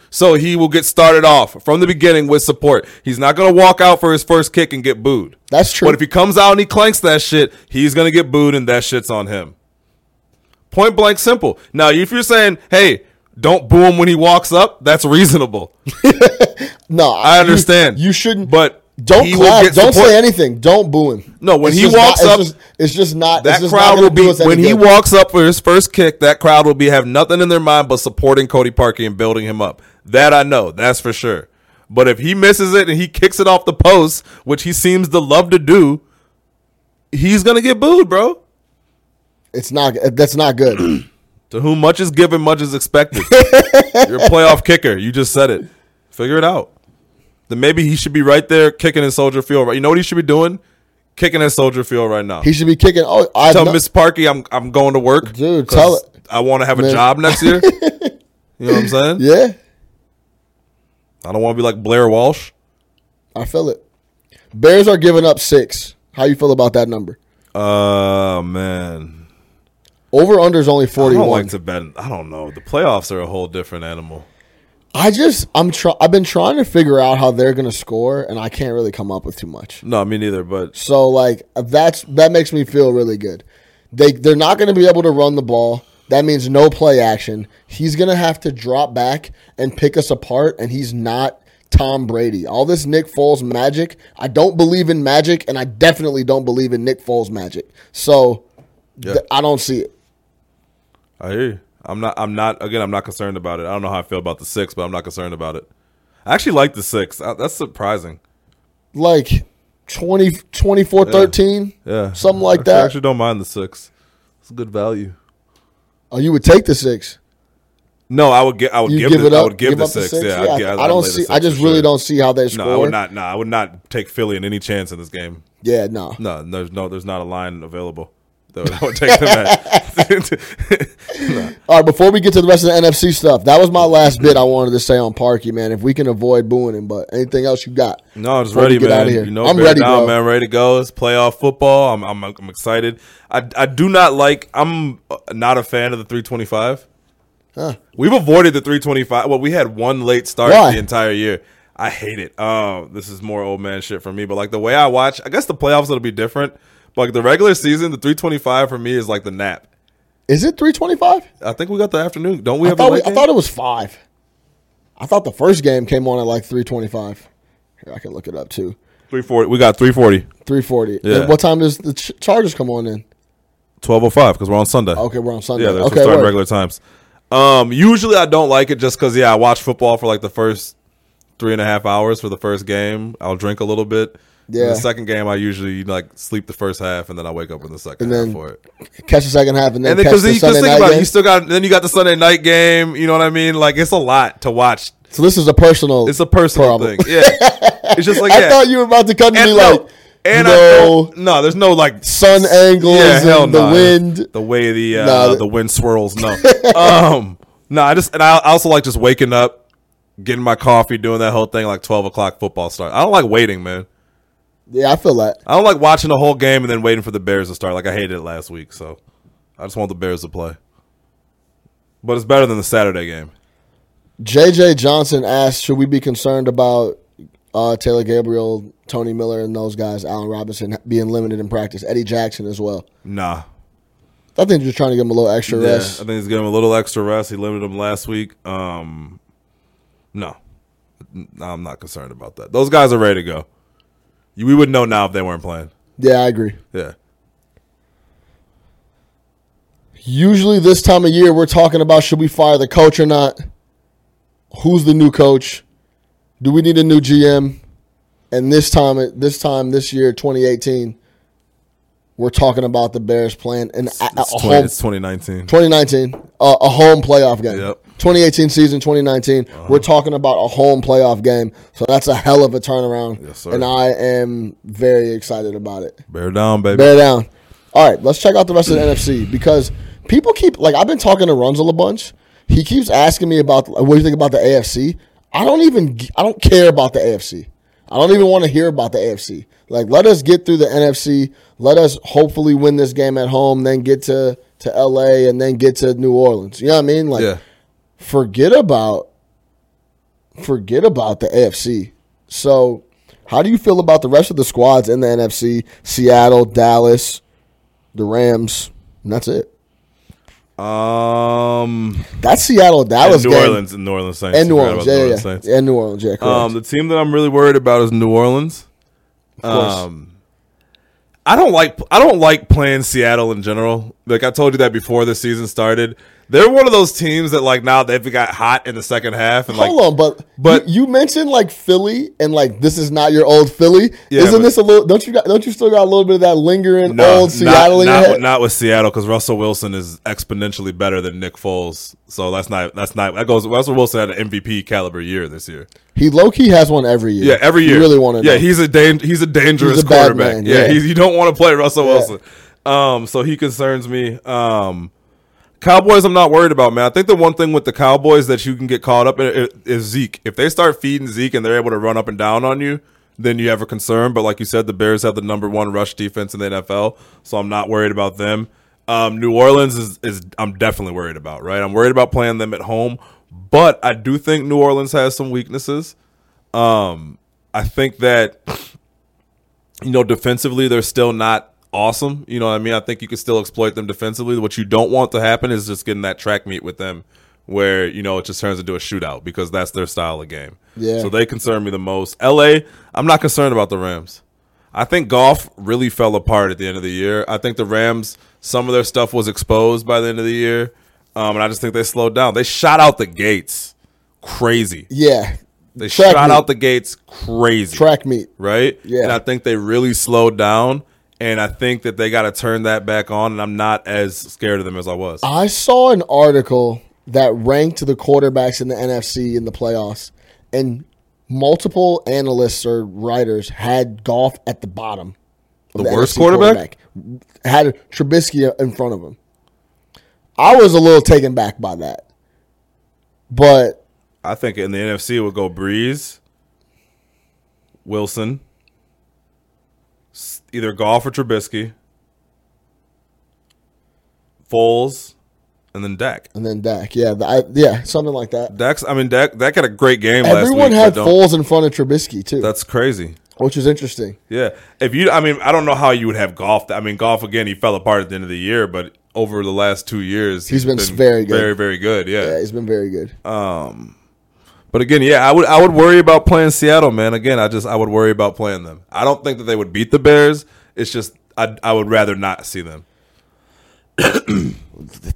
Speaker 3: So he will get started off from the beginning with support. He's not gonna walk out for his first kick and get booed.
Speaker 2: That's true.
Speaker 3: But if he comes out and he clanks that shit, he's gonna get booed, and that shit's on him. Point blank, simple. Now, if you're saying, "Hey, don't boo him when he walks up," that's reasonable.
Speaker 2: no,
Speaker 3: I understand.
Speaker 2: You, shouldn't.
Speaker 3: but
Speaker 2: don't
Speaker 3: he will
Speaker 2: clap.
Speaker 3: get
Speaker 2: Don't
Speaker 3: support.
Speaker 2: say anything. Don't boo him.
Speaker 3: No, when
Speaker 2: It's
Speaker 3: he
Speaker 2: just
Speaker 3: walks
Speaker 2: not,
Speaker 3: up,
Speaker 2: it's just, it's just not. it's
Speaker 3: That
Speaker 2: just not
Speaker 3: crowd will
Speaker 2: gonna do
Speaker 3: be
Speaker 2: us any
Speaker 3: when he
Speaker 2: good.
Speaker 3: walks up for his first kick. That crowd will be have nothing in their mind but supporting Cody Parkey and building him up. That I know, that's for sure. But if he misses it and he kicks it off the post, which he seems to love to do, he's gonna get booed, bro.
Speaker 2: It's not. That's not good.
Speaker 3: To whom much is given, much is expected. You're a playoff kicker. You just said it. Figure it out. Then maybe he should be right there kicking in Soldier Field. Right, you know what he should be doing? Kicking in Soldier Field right now.
Speaker 2: he should be kicking. Oh, I
Speaker 3: tell
Speaker 2: no-
Speaker 3: Miss Parky I'm I'm going to work,
Speaker 2: Dude,
Speaker 3: 'cause
Speaker 2: tell it.
Speaker 3: I want to have a
Speaker 2: Man.
Speaker 3: job next year. you know what I'm saying?
Speaker 2: Yeah,
Speaker 3: I don't want to be like Blair Walsh.
Speaker 2: I feel it. Bears are giving up six. How you feel about that number?
Speaker 3: Oh man,
Speaker 2: Over under is only
Speaker 3: I
Speaker 2: forty
Speaker 3: don't
Speaker 2: one.
Speaker 3: like to bet. I don't know. The playoffs are a whole different animal.
Speaker 2: I just I'm try. I've been trying to figure out how they're gonna score, and I can't really come up with too much.
Speaker 3: No, me neither. But
Speaker 2: So like that's that makes me feel really good. They they're not going to be able to run the ball. That means no play action. He's going to have to drop back and pick us apart and he's not Tom Brady. All this Nick Foles magic. I don't believe in magic and I definitely don't believe in Nick Foles magic. So th- I don't see it.
Speaker 3: I hear you. I'm not. I'm not. Again, I'm not concerned about it. I don't know how I feel about the six, but I'm not concerned about it. I actually like the six. Uh, That's surprising.
Speaker 2: Like 20 24 13.
Speaker 3: Yeah,
Speaker 2: Something like
Speaker 3: Actually, I
Speaker 2: that.
Speaker 3: actually don't mind the six. It's good value.
Speaker 2: Oh, you would take the 6.
Speaker 3: No, I would get. I would
Speaker 2: You
Speaker 3: give.
Speaker 2: give,
Speaker 3: the,
Speaker 2: it up.
Speaker 3: I would give, the
Speaker 2: up
Speaker 3: six. Yeah, I'd gi- I'd
Speaker 2: I don't
Speaker 3: lay the
Speaker 2: see
Speaker 3: six
Speaker 2: I just
Speaker 3: for
Speaker 2: really
Speaker 3: sure.
Speaker 2: don't see how they score.
Speaker 3: No, I would not. No, I would not take Philly in any chance in this game.
Speaker 2: Yeah, no.
Speaker 3: No, there's no, there's not a line available. that would, that would take the match.
Speaker 2: All right, before we get to the rest of the NFC stuff, that was my last bit I wanted to say on Parky, man. If we can avoid booing him, but anything else you got?
Speaker 3: no, it's
Speaker 2: Before we
Speaker 3: ready,
Speaker 2: get
Speaker 3: man.
Speaker 2: outta here.
Speaker 3: You know,
Speaker 2: I'm
Speaker 3: I'm
Speaker 2: ready,
Speaker 3: ready now,
Speaker 2: bro.
Speaker 3: man. Ready to go. It's playoff football. I'm, I'm, I'm excited. I, I do not like. I'm uh, not a fan of the 325.
Speaker 2: Huh.
Speaker 3: We've avoided the 325. Well, we had one late start
Speaker 2: Why?
Speaker 3: the entire year. I hate it. Um, this is more old man shit for me. But like the way I watch, I guess the playoffs it'll be different. But like the regular season, the 325 for me is like the nap.
Speaker 2: Is it 325?
Speaker 3: I think we got the afternoon. Don't we
Speaker 2: I
Speaker 3: have a
Speaker 2: thought, we,
Speaker 3: late
Speaker 2: I
Speaker 3: game?
Speaker 2: thought it was five. I thought the first game came on at like 325. Here, I can look it up too.
Speaker 3: 340. We got 340.
Speaker 2: 340.
Speaker 3: Yeah.
Speaker 2: And what time does the ch- Chargers come on then?
Speaker 3: 1205 because oh we're on Sunday.
Speaker 2: Okay, we're on Sunday.
Speaker 3: Yeah, they're
Speaker 2: okay,
Speaker 3: starting
Speaker 2: word.
Speaker 3: regular times. Um, usually I don't like it just because yeah, I watch football for like the first three and a half hours for the first game. I'll drink a little bit. And
Speaker 2: Yeah.
Speaker 3: the second game I usually like sleep the first half and then I wake up in the second
Speaker 2: And
Speaker 3: half
Speaker 2: then-
Speaker 3: for it.
Speaker 2: Catch the second half and then
Speaker 3: And then
Speaker 2: catch
Speaker 3: because
Speaker 2: the
Speaker 3: you 'cause
Speaker 2: Sunday
Speaker 3: think
Speaker 2: night
Speaker 3: about it,
Speaker 2: game.
Speaker 3: you still got then you got the Sunday night game. You know what I mean? Like it's a lot to watch.
Speaker 2: so this is a personal.
Speaker 3: It's a personal
Speaker 2: problem.
Speaker 3: thing. Yeah, it's just like
Speaker 2: I
Speaker 3: yeah.
Speaker 2: thought you were about to come to
Speaker 3: and
Speaker 2: me
Speaker 3: no,
Speaker 2: like,
Speaker 3: and
Speaker 2: you
Speaker 3: I
Speaker 2: know,
Speaker 3: don't- no, there's no like
Speaker 2: sun angles and the
Speaker 3: nah.
Speaker 2: wind.
Speaker 3: the way the uh,
Speaker 2: Nah.
Speaker 3: the wind swirls. No, um, no, I just and I I also like just waking up, getting my coffee, doing that whole thing like twelve o'clock football start. I don't like waiting, man.
Speaker 2: Yeah, I feel that.
Speaker 3: I don't like watching the whole game and then waiting for the Bears to start. Like I hated it last week, so I just want the Bears to play. But it's better than the Saturday game.
Speaker 2: JJ Johnson asked, should we be concerned about uh, Taylor Gabriel, Tony Miller, and those guys, Allen Robinson, being limited in practice? Eddie Jackson as well.
Speaker 3: Nah,
Speaker 2: I think you're trying to give him a little extra
Speaker 3: yeah, I
Speaker 2: rest.
Speaker 3: think he's giving him a little extra rest. He limited him last week. Um, no, N- I'm not concerned about that. Those guys are ready to go. You- We would know now if they weren't playing.
Speaker 2: Yeah, I agree.
Speaker 3: Yeah.
Speaker 2: Usually this time of year, we're talking about should we fire the coach or not? Who's the new coach? Do we need a new GM? And this time, this time this year, 2018, we're talking about the Bears playing an, a, a
Speaker 3: It's, 20,
Speaker 2: home
Speaker 3: it's 2019.
Speaker 2: 2019, uh, a home playoff game.
Speaker 3: Yep. Uh-huh.
Speaker 2: 2018 season, 2019. We're talking about a home playoff game, so that's a hell of a turnaround,
Speaker 3: Yes, sir.
Speaker 2: and I am very excited about it.
Speaker 3: Bear down, baby.
Speaker 2: Bear down. All right, let's check out the rest of the NFC because people keep like I've been talking to Runzel a bunch. He keeps asking me about like, what do you think about the AFC. I don't even g- I don't care about the AFC. I don't even want to hear about the AFC. Like, let us get through the NFC. Let us hopefully win this game at home, then get to to LA, and then get to New Orleans. You know what I mean? Like,
Speaker 3: yeah.
Speaker 2: forget about forget about the AFC. So, how do you feel about the rest of the squads in the NFC? Seattle, Dallas, the Rams, and that's it.
Speaker 3: Um,
Speaker 2: That's Seattle,
Speaker 3: and
Speaker 2: Dallas,
Speaker 3: New
Speaker 2: game.
Speaker 3: Orleans and New Orleans Saints.
Speaker 2: and New
Speaker 3: Forgot
Speaker 2: Orleans,
Speaker 3: about the
Speaker 2: yeah,
Speaker 3: New
Speaker 2: yeah,
Speaker 3: Saints.
Speaker 2: yeah, and New Orleans, yeah, correct.
Speaker 3: Um, the team that I'm really worried about is New Orleans.
Speaker 2: course.
Speaker 3: Um, I don't like I don't like playing Seattle in general. Like I told you that before the season started. They're one of those teams that like now they've got hot in the second half and like
Speaker 2: Hold on, but
Speaker 3: but-
Speaker 2: but you, you mentioned like Philly and like this is not your old Philly.
Speaker 3: Yeah,
Speaker 2: Isn't
Speaker 3: but-
Speaker 2: this a little? Don't you got? Don't you still got a little bit of that lingering
Speaker 3: no,
Speaker 2: old Seattle
Speaker 3: not,
Speaker 2: in
Speaker 3: not,
Speaker 2: your head?
Speaker 3: not with Seattle because Russell Wilson is exponentially better than Nick Foles. So that's not that's not that goes. Russell Wilson had an MVP caliber year this year.
Speaker 2: he low key has one every year.
Speaker 3: Yeah, every year.
Speaker 2: You really want to?
Speaker 3: Yeah,
Speaker 2: know.
Speaker 3: he's a dang, he's a dangerous
Speaker 2: He's a bad
Speaker 3: quarterback.
Speaker 2: man,
Speaker 3: yeah,
Speaker 2: yeah.
Speaker 3: He's, you don't want to play Russell Wilson. Um, so he concerns me. Um, Cowboys, I'm not worried about, man. I think the one thing with the Cowboys that you can get caught up in i- is Zeke. If they start feeding Zeke and they're able to run up and down on you, then you have a concern. But like you said, the Bears have the number one rush defense in the NFL, so I'm not worried about them. Um, New Orleans is, is I'm definitely worried about, right? I'm worried about playing them at home, but I do think New Orleans has some weaknesses. Um, I think that you know defensively they're still not awesome. You know what I mean? I think you can still exploit them defensively. What you don't want to happen is just getting that track meet with them where you know it just turns into a shootout because that's their style of game.
Speaker 2: Yeah.
Speaker 3: So they concern me the most. LA, I'm not concerned about the Rams. I think golf really fell apart at the end of the year. I think the Rams, some of their stuff was exposed by the end of the year, um, and I just think they slowed down. They shot out the gates, crazy.
Speaker 2: yeah.
Speaker 3: They
Speaker 2: Track
Speaker 3: shot
Speaker 2: meet.
Speaker 3: out the gates crazy,
Speaker 2: track meet.
Speaker 3: right?
Speaker 2: Yeah.
Speaker 3: And I think they really slowed down, and I think that they got to turn that back on. And I'm not as scared of them as I was.
Speaker 2: I saw an article that ranked the quarterbacks in the NFC in the playoffs, and multiple analysts or writers had golf at the bottom of
Speaker 3: The worst
Speaker 2: NFC
Speaker 3: quarterback?
Speaker 2: quarterback. Had Trubisky in front of him. I was a little taken back by that, but
Speaker 3: I think in the NFC it would go Breeze, Wilson, s- either Golf or Trubisky, Foles, and then Dak.
Speaker 2: and then Dak, yeah, the- I, yeah, something like that.
Speaker 3: Dak's. I mean, Dak. Dak had a great game last week.
Speaker 2: Everyone
Speaker 3: but
Speaker 2: had
Speaker 3: don't-
Speaker 2: Foles in front of Trubisky too,
Speaker 3: That's crazy.
Speaker 2: which is interesting.
Speaker 3: Yeah. If you, I mean, I don't know how you would have golf. I mean, golf again. He fell apart at the end of the year, but over the last two years,
Speaker 2: He's been very good.
Speaker 3: very, very good. Yeah.
Speaker 2: Yeah, he's been very good.
Speaker 3: But again, yeah, I would, I would worry about playing Seattle, man. Again, I just, I would worry about playing them. I don't think that they would beat the Bears. It's just, I, I would rather not see them.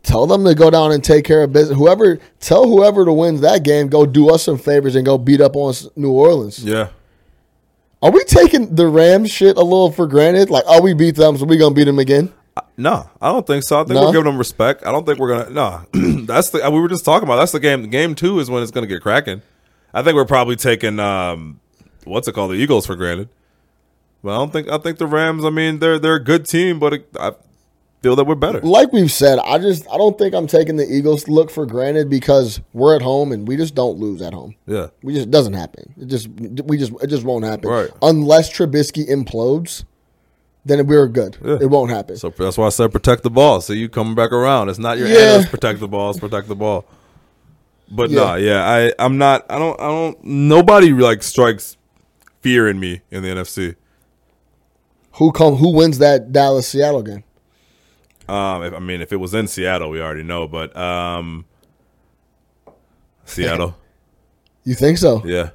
Speaker 2: tell them to go down and take care of business. Whoever tell whoever to wins that game, go do us some favors and go beat up on s- New Orleans.
Speaker 3: Yeah.
Speaker 2: Are we taking the Rams shit a little for granted? Like, oh, we beat them, so we gonna beat them again?
Speaker 3: No, I don't think so. I think
Speaker 2: No?
Speaker 3: we're giving them respect. I don't think we're gonna. No, that's the. uh, We were just talking about that's the game. Game two is when it's gonna get cracking. I think we're probably taking um, what's it called, the Eagles for granted. But I don't think. I think the Rams. I mean, they're they're a good team, but it, I feel that we're better.
Speaker 2: Like we've said, I just I don't think I'm taking the Eagles look for granted because we're at home and we just don't lose at home.
Speaker 3: Yeah.
Speaker 2: We just it doesn't happen. It just we just it just won't happen
Speaker 3: Right.
Speaker 2: unless Trubisky implodes. Then we're good. It won't happen.
Speaker 3: So that's why I said protect the ball. So you coming back around. It's not your
Speaker 2: Yeah.
Speaker 3: yeah. protect the ball. It's protect the ball. But
Speaker 2: Yeah.
Speaker 3: no, yeah, I I'm not. I don't. I don't. Nobody like strikes fear in me in the NFC.
Speaker 2: who come? Who wins that Dallas Seattle game?
Speaker 3: Um, if, I mean, if it was in Seattle, we already know, but um, Seattle,
Speaker 2: You think so?
Speaker 3: yeah.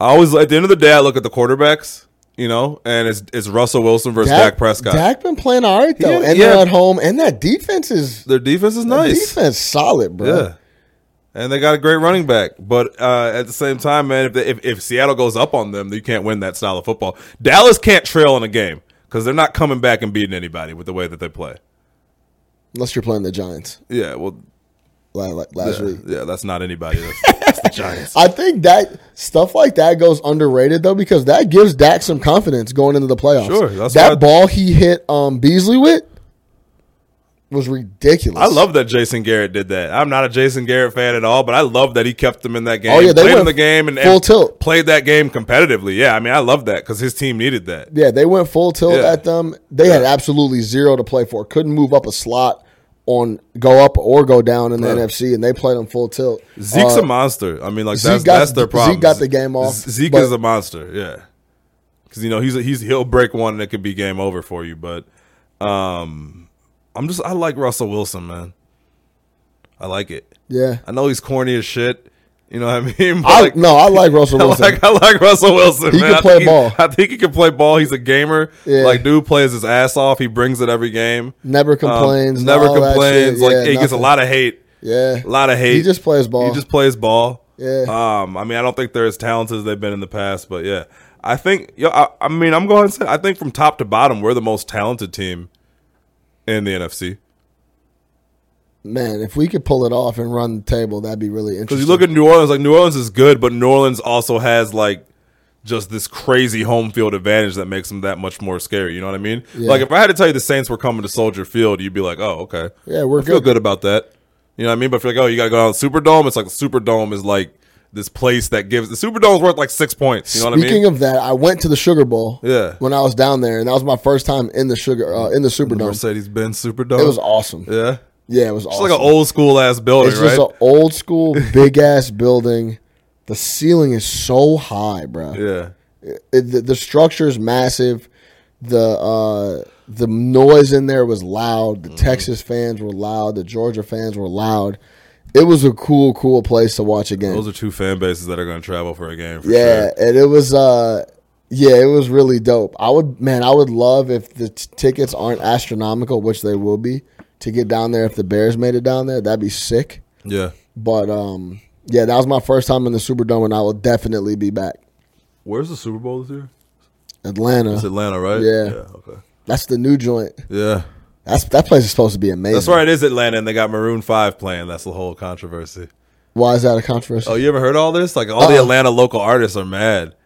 Speaker 3: I always at the end of the day, I look at the quarterbacks, you know, and it's it's Russell Wilson versus Dak, Prescott.
Speaker 2: Dak been playing all right though,
Speaker 3: Yeah,
Speaker 2: and
Speaker 3: yeah.
Speaker 2: they're at home, and that defense is
Speaker 3: Their defense is
Speaker 2: that
Speaker 3: nice,
Speaker 2: defense solid, bro.
Speaker 3: yeah, and they got a great running back. But uh, at the same time, man, if, they, if if Seattle goes up on them, you can't win that style of football. Dallas can't trail in a game because they're not coming back and beating anybody with the way that they play.
Speaker 2: Unless you're playing the Giants
Speaker 3: Yeah, well,
Speaker 2: like, like last
Speaker 3: yeah,
Speaker 2: week.
Speaker 3: yeah, that's not anybody. That's, that's the Giants.
Speaker 2: I think that stuff like that goes underrated though because that gives Dak some confidence going into the playoffs.
Speaker 3: Sure, that's
Speaker 2: that
Speaker 3: why-
Speaker 2: ball he hit um, Beasley with was ridiculous.
Speaker 3: I love that Jason Garrett did that. I'm not a Jason Garrett fan at all, but I love that he kept them in that game.
Speaker 2: Oh, yeah, they
Speaker 3: played in
Speaker 2: went
Speaker 3: the game and,
Speaker 2: full
Speaker 3: and
Speaker 2: tilt.
Speaker 3: played that game competitively. Yeah, I mean, I love that because his team needed that.
Speaker 2: Yeah, they went full tilt
Speaker 3: Yeah.
Speaker 2: at them. They had absolutely zero to play for. Couldn't move up a slot on go up or go down in the NFC, and they played them full tilt.
Speaker 3: Zeke's
Speaker 2: Uh,
Speaker 3: a monster. I mean, like
Speaker 2: Zeke
Speaker 3: that's,
Speaker 2: got-
Speaker 3: that's their
Speaker 2: Zeke
Speaker 3: problem.
Speaker 2: got the game off,
Speaker 3: Z- Zeke
Speaker 2: but-
Speaker 3: is a monster. Yeah, because you know he's a, he's he'll break one and it could be game over for you. But um, I'm just I like Russell Wilson, man. I like it.
Speaker 2: yeah.
Speaker 3: I know he's corny as shit. You know what I mean? But,
Speaker 2: I,
Speaker 3: like-
Speaker 2: no, I like Russell
Speaker 3: I
Speaker 2: Wilson.
Speaker 3: like I like Russell Wilson.
Speaker 2: He
Speaker 3: man.
Speaker 2: can
Speaker 3: I
Speaker 2: play
Speaker 3: think he-
Speaker 2: ball.
Speaker 3: I think he can play ball. He's a gamer.
Speaker 2: Yeah.
Speaker 3: Like dude plays his ass off. He brings it every game.
Speaker 2: never
Speaker 3: Um,
Speaker 2: complains.
Speaker 3: never
Speaker 2: all that shit.
Speaker 3: complains. Like
Speaker 2: Yeah,
Speaker 3: he gets a
Speaker 2: nothing.
Speaker 3: lot of hate.
Speaker 2: Yeah,
Speaker 3: A lot of hate.
Speaker 2: He just plays ball.
Speaker 3: He just plays ball.
Speaker 2: Yeah.
Speaker 3: Um. I mean, I don't think they're as talented as they've been in the past, but yeah, I think. Yo, I, I mean, I'm going to say I think from top to bottom, we're the most talented team in the NFC.
Speaker 2: Man, if we could pull it off and run the table, that'd be really interesting.
Speaker 3: Because you look at New Orleans, like New Orleans is good, but New Orleans also has like just this crazy home field advantage that makes them that much more scary. You know what I mean?
Speaker 2: Yeah.
Speaker 3: Like if I had to tell you the Saints were coming to Soldier Field, you'd be like, oh, okay.
Speaker 2: Yeah, we're
Speaker 3: I feel
Speaker 2: good.
Speaker 3: good about that. You know what I mean? But if you're like, oh, you got to go down to the Superdome, it's like the Superdome is like this place that gives the Superdome's worth like six points. You know what I
Speaker 2: Speaking
Speaker 3: mean?
Speaker 2: of that, I went to the Sugar Bowl.
Speaker 3: Yeah.
Speaker 2: when I was down there, and that was my first time in the Sugar uh, in the Superdome.
Speaker 3: Mercedes Benz Superdome.
Speaker 2: It was awesome. Yeah,
Speaker 3: yeah.
Speaker 2: it was
Speaker 3: It's
Speaker 2: awesome.
Speaker 3: like an old school ass building,
Speaker 2: it's
Speaker 3: right?
Speaker 2: just an old school big ass building. The ceiling is so high, bro.
Speaker 3: yeah.
Speaker 2: It, the, the structure is massive. The uh, the noise in there was loud. The
Speaker 3: Mm-hmm.
Speaker 2: Texas fans were loud. The Georgia fans were loud. It was a cool, cool place to watch a game.
Speaker 3: Those are two fan bases that are going to travel for a game. For
Speaker 2: yeah,
Speaker 3: sure.
Speaker 2: and it was uh, yeah, it was really dope. I would, man, I would love if the t- tickets aren't astronomical, which they will be, to get down there. If the Bears made it down there, that'd be sick.
Speaker 3: Yeah.
Speaker 2: But um, yeah, that was my first time in the Superdome, and I will definitely be back.
Speaker 3: Where's the Super Bowl this year?
Speaker 2: Atlanta.
Speaker 3: It's Atlanta, right?
Speaker 2: Yeah.
Speaker 3: okay.
Speaker 2: That's the new joint.
Speaker 3: Yeah.
Speaker 2: That's that place is supposed to be amazing.
Speaker 3: That's right. It is Atlanta, and they got Maroon Five playing. That's the whole controversy.
Speaker 2: Why is that a controversy?
Speaker 3: Oh, you ever heard all this? Like all the
Speaker 2: Uh-uh.
Speaker 3: Atlanta local artists are mad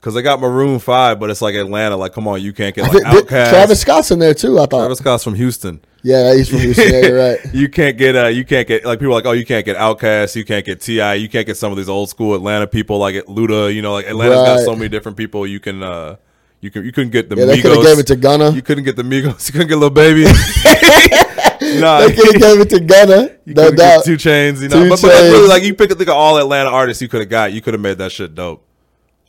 Speaker 3: because they got Maroon Five, but it's like Atlanta. Like, come on, you can't get
Speaker 2: I
Speaker 3: like
Speaker 2: think- did-
Speaker 3: oh, Outkast.
Speaker 2: Travis Scott's in there too. I thought.
Speaker 3: Travis Scott's from Houston.
Speaker 2: yeah, he's from Houston. yeah, you're right.
Speaker 3: you can't get uh, you can't get like people are like oh you can't get Outkast, you can't get Ti, you can't get some of these old school Atlanta people like Luda. You know, like Atlanta's got
Speaker 2: Right.
Speaker 3: so many different people you can. uh you, can, you couldn't get the
Speaker 2: Yeah, they coulda
Speaker 3: Migos.
Speaker 2: gave it to Gunna.
Speaker 3: You couldn't get the Migos. You couldn't get Lil Baby. nah,
Speaker 2: They could have gave it to Gunna.
Speaker 3: you
Speaker 2: No
Speaker 3: could've got
Speaker 2: doubt.
Speaker 3: two chains, you know.
Speaker 2: Two
Speaker 3: but, but that's really
Speaker 2: Chainz.
Speaker 3: like you pick think of all Atlanta artists you could have got, you could have made that shit dope.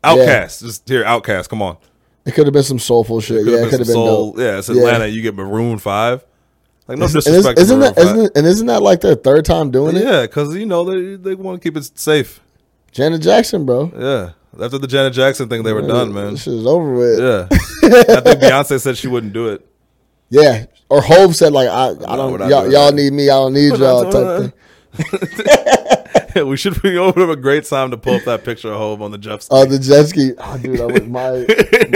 Speaker 3: Outcast, just here, Outcast, come on.
Speaker 2: It could have been some soulful shit.
Speaker 3: Could've
Speaker 2: yeah, it could have
Speaker 3: some
Speaker 2: been
Speaker 3: soul.
Speaker 2: dope.
Speaker 3: Yeah, it's Atlanta. You get Maroon Five. Like no
Speaker 2: And is,
Speaker 3: disrespect,
Speaker 2: isn't
Speaker 3: to
Speaker 2: that
Speaker 3: Maroon
Speaker 2: isn't it, and isn't that like their third time doing
Speaker 3: 5.
Speaker 2: it?
Speaker 3: Yeah, because you know they they want to keep it safe.
Speaker 2: Janet Jackson, bro.
Speaker 3: Yeah, after the Janet Jackson thing, they were done, man.
Speaker 2: This shit is over with. Yeah.
Speaker 3: Yeah, I think Beyonce said she wouldn't do it.
Speaker 2: Or Hove said like I I
Speaker 3: we're
Speaker 2: don't
Speaker 3: not
Speaker 2: y'all,
Speaker 3: doing
Speaker 2: y'all
Speaker 3: that.
Speaker 2: need me I don't need y'all
Speaker 3: not
Speaker 2: type
Speaker 3: doing
Speaker 2: thing.
Speaker 3: we should be over them a great time to pull up that picture of Hove on the Jeffs.
Speaker 2: Oh, the jet ski. Oh, dude, I, went- my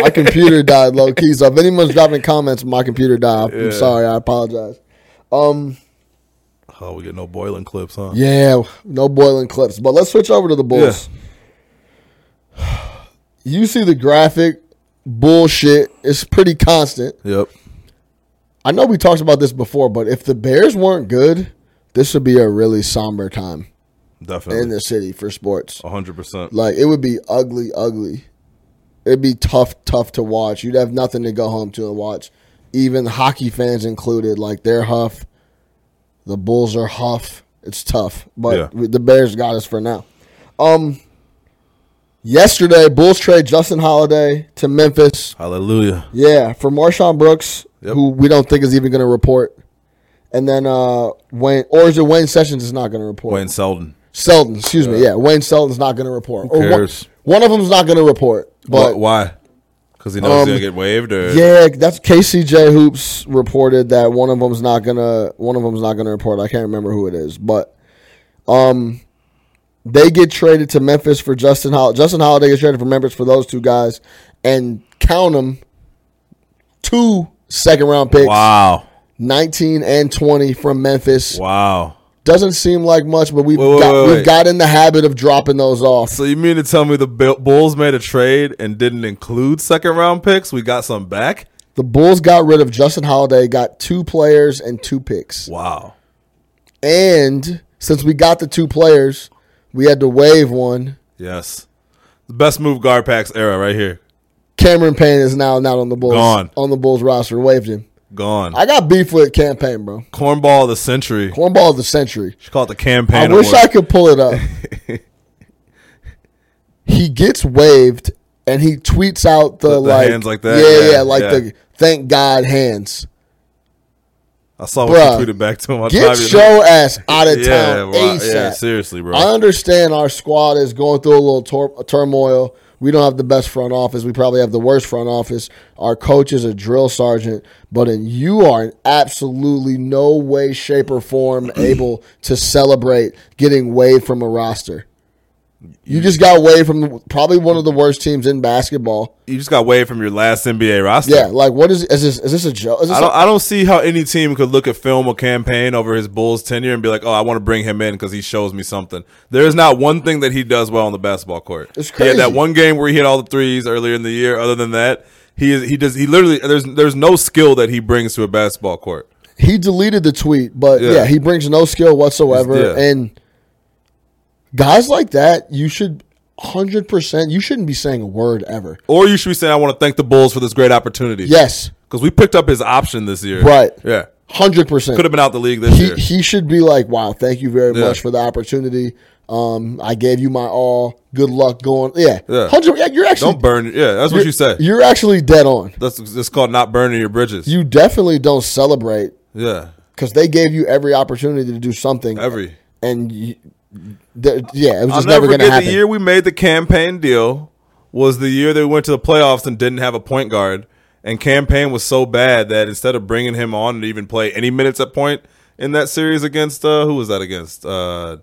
Speaker 2: my computer died low key. So if anyone's dropping comments, my computer died. I'm
Speaker 3: Yeah.
Speaker 2: sorry. I apologize. Um,
Speaker 3: oh, we get no boiling clips, huh?
Speaker 2: yeah, no boiling clips. But let's switch over to the Bulls. You see the graphic bullshit. It's pretty constant.
Speaker 3: Yep.
Speaker 2: I know we talked about this before, but if the Bears weren't good, this would be a really somber time in
Speaker 3: Definitely.
Speaker 2: the city for sports.
Speaker 3: hundred percent.
Speaker 2: Like it would be ugly, ugly. It'd be tough, tough to watch. You'd have nothing to go home to and watch. Even hockey fans included, like they're huff. The Bulls are huff. It's tough, but
Speaker 3: Yeah.
Speaker 2: we- the Bears got us for now. Um, yesterday, Bulls trade Justin Holiday to Memphis.
Speaker 3: Hallelujah.
Speaker 2: Yeah, for Marshawn Brooks,
Speaker 3: Yep.
Speaker 2: who we don't think is even going to report, and then uh Wayne or is it Wayne Sessions is not going to report?
Speaker 3: Wayne Selden.
Speaker 2: Seldon, excuse me, yeah, Wayne Seldon's not going to report. Who
Speaker 3: cares?
Speaker 2: One, of them's not going to report, but
Speaker 3: Wh- why? Because he knows
Speaker 2: Um,
Speaker 3: he's gonna get waived, or
Speaker 2: yeah, that's KCJ Hoops reported that one of them's not gonna one of them's not gonna report. I can't remember who it is, but um, they get traded to Memphis for Justin Holiday. Justin Holiday gets traded for Memphis for those two guys, and count them two second round picks,
Speaker 3: Wow,
Speaker 2: nineteen and twenty from Memphis.
Speaker 3: wow.
Speaker 2: Doesn't seem like much, but we've
Speaker 3: Wait, wait,
Speaker 2: got,
Speaker 3: wait,
Speaker 2: we've
Speaker 3: wait.
Speaker 2: got in the habit of dropping those off.
Speaker 3: So you mean to tell me the Bu- Bulls made a trade and didn't include second round picks? We got some back.
Speaker 2: The Bulls got rid of Justin Holiday, got two players and two picks.
Speaker 3: Wow.
Speaker 2: And since we got the two players, we had to waive one.
Speaker 3: Yes. The best move guard packs era right here.
Speaker 2: Cameron Payne is now not on the Bulls.
Speaker 3: Gone.
Speaker 2: On the Bulls roster. Waived him.
Speaker 3: Gone.
Speaker 2: I got beef with campaign, bro.
Speaker 3: Cornball of the century.
Speaker 2: Cornball of the century.
Speaker 3: She called it the campaign.
Speaker 2: I wish
Speaker 3: award.
Speaker 2: I could pull it up. he gets waived and he tweets out the,
Speaker 3: The- the
Speaker 2: like
Speaker 3: hands like that?
Speaker 2: Yeah,
Speaker 3: Yeah,
Speaker 2: yeah, like
Speaker 3: yeah.
Speaker 2: the thank God hands.
Speaker 3: I saw what
Speaker 2: Bruh.
Speaker 3: you tweeted back to him. I tried
Speaker 2: Get
Speaker 3: to-
Speaker 2: your ass out of town
Speaker 3: bro.
Speaker 2: ASAP.
Speaker 3: yeah, seriously, bro.
Speaker 2: I understand our squad is going through a little tor- turmoil. We don't have the best front office. We probably have the worst front office. Our coach is a drill sergeant, but in, you are in absolutely no way, shape, or form able to celebrate getting waived from a roster. You just got waived from probably one of the worst teams in basketball.
Speaker 3: you just got waived from your last NBA roster.
Speaker 2: Yeah, like what is is this? Is this a joke? Is this
Speaker 3: I
Speaker 2: a-
Speaker 3: don't. I don't see how any team could look at film or campaign over his Bulls tenure and be like, "Oh, I want to bring him in because he shows me something." There is not one thing that he does well on the basketball court.
Speaker 2: It's
Speaker 3: He had that
Speaker 2: crazy.
Speaker 3: one game where he hit all the threes earlier in the year. Other than that, he is, he does he literally there's there's no skill that he brings to a basketball court.
Speaker 2: he deleted the tweet, but
Speaker 3: Yeah.
Speaker 2: yeah, he brings no skill whatsoever.
Speaker 3: He's- yeah.
Speaker 2: And guys like that, you should hundred percent. You shouldn't be saying a word ever.
Speaker 3: Or you should be saying, "I want to thank the Bulls for this great opportunity."
Speaker 2: Yes,
Speaker 3: because we picked up his option this year.
Speaker 2: Right.
Speaker 3: Yeah,
Speaker 2: hundred
Speaker 3: could
Speaker 2: percent.
Speaker 3: have been out the league this
Speaker 2: He
Speaker 3: year.
Speaker 2: he should be like, wow, thank you very
Speaker 3: Yeah.
Speaker 2: much for the opportunity. Um, I gave you my all. Good luck going. Yeah,
Speaker 3: Yeah.
Speaker 2: hundred. Yeah, you're actually
Speaker 3: don't burn. Yeah, that's what
Speaker 2: you're-
Speaker 3: you say.
Speaker 2: You're actually dead on.
Speaker 3: That's it's called not burning your bridges.
Speaker 2: You definitely don't celebrate
Speaker 3: yeah,
Speaker 2: because they gave you every opportunity to do something.
Speaker 3: every.
Speaker 2: and you, th- yeah, it was
Speaker 3: I'll
Speaker 2: just never,
Speaker 3: never
Speaker 2: going
Speaker 3: forget
Speaker 2: to happen.
Speaker 3: the year we made the campaign deal was the year they went to the playoffs and didn't have a point guard. And campaign was so bad that instead of bringing him on to even play any minutes at point in that series against uh, who was that against uh,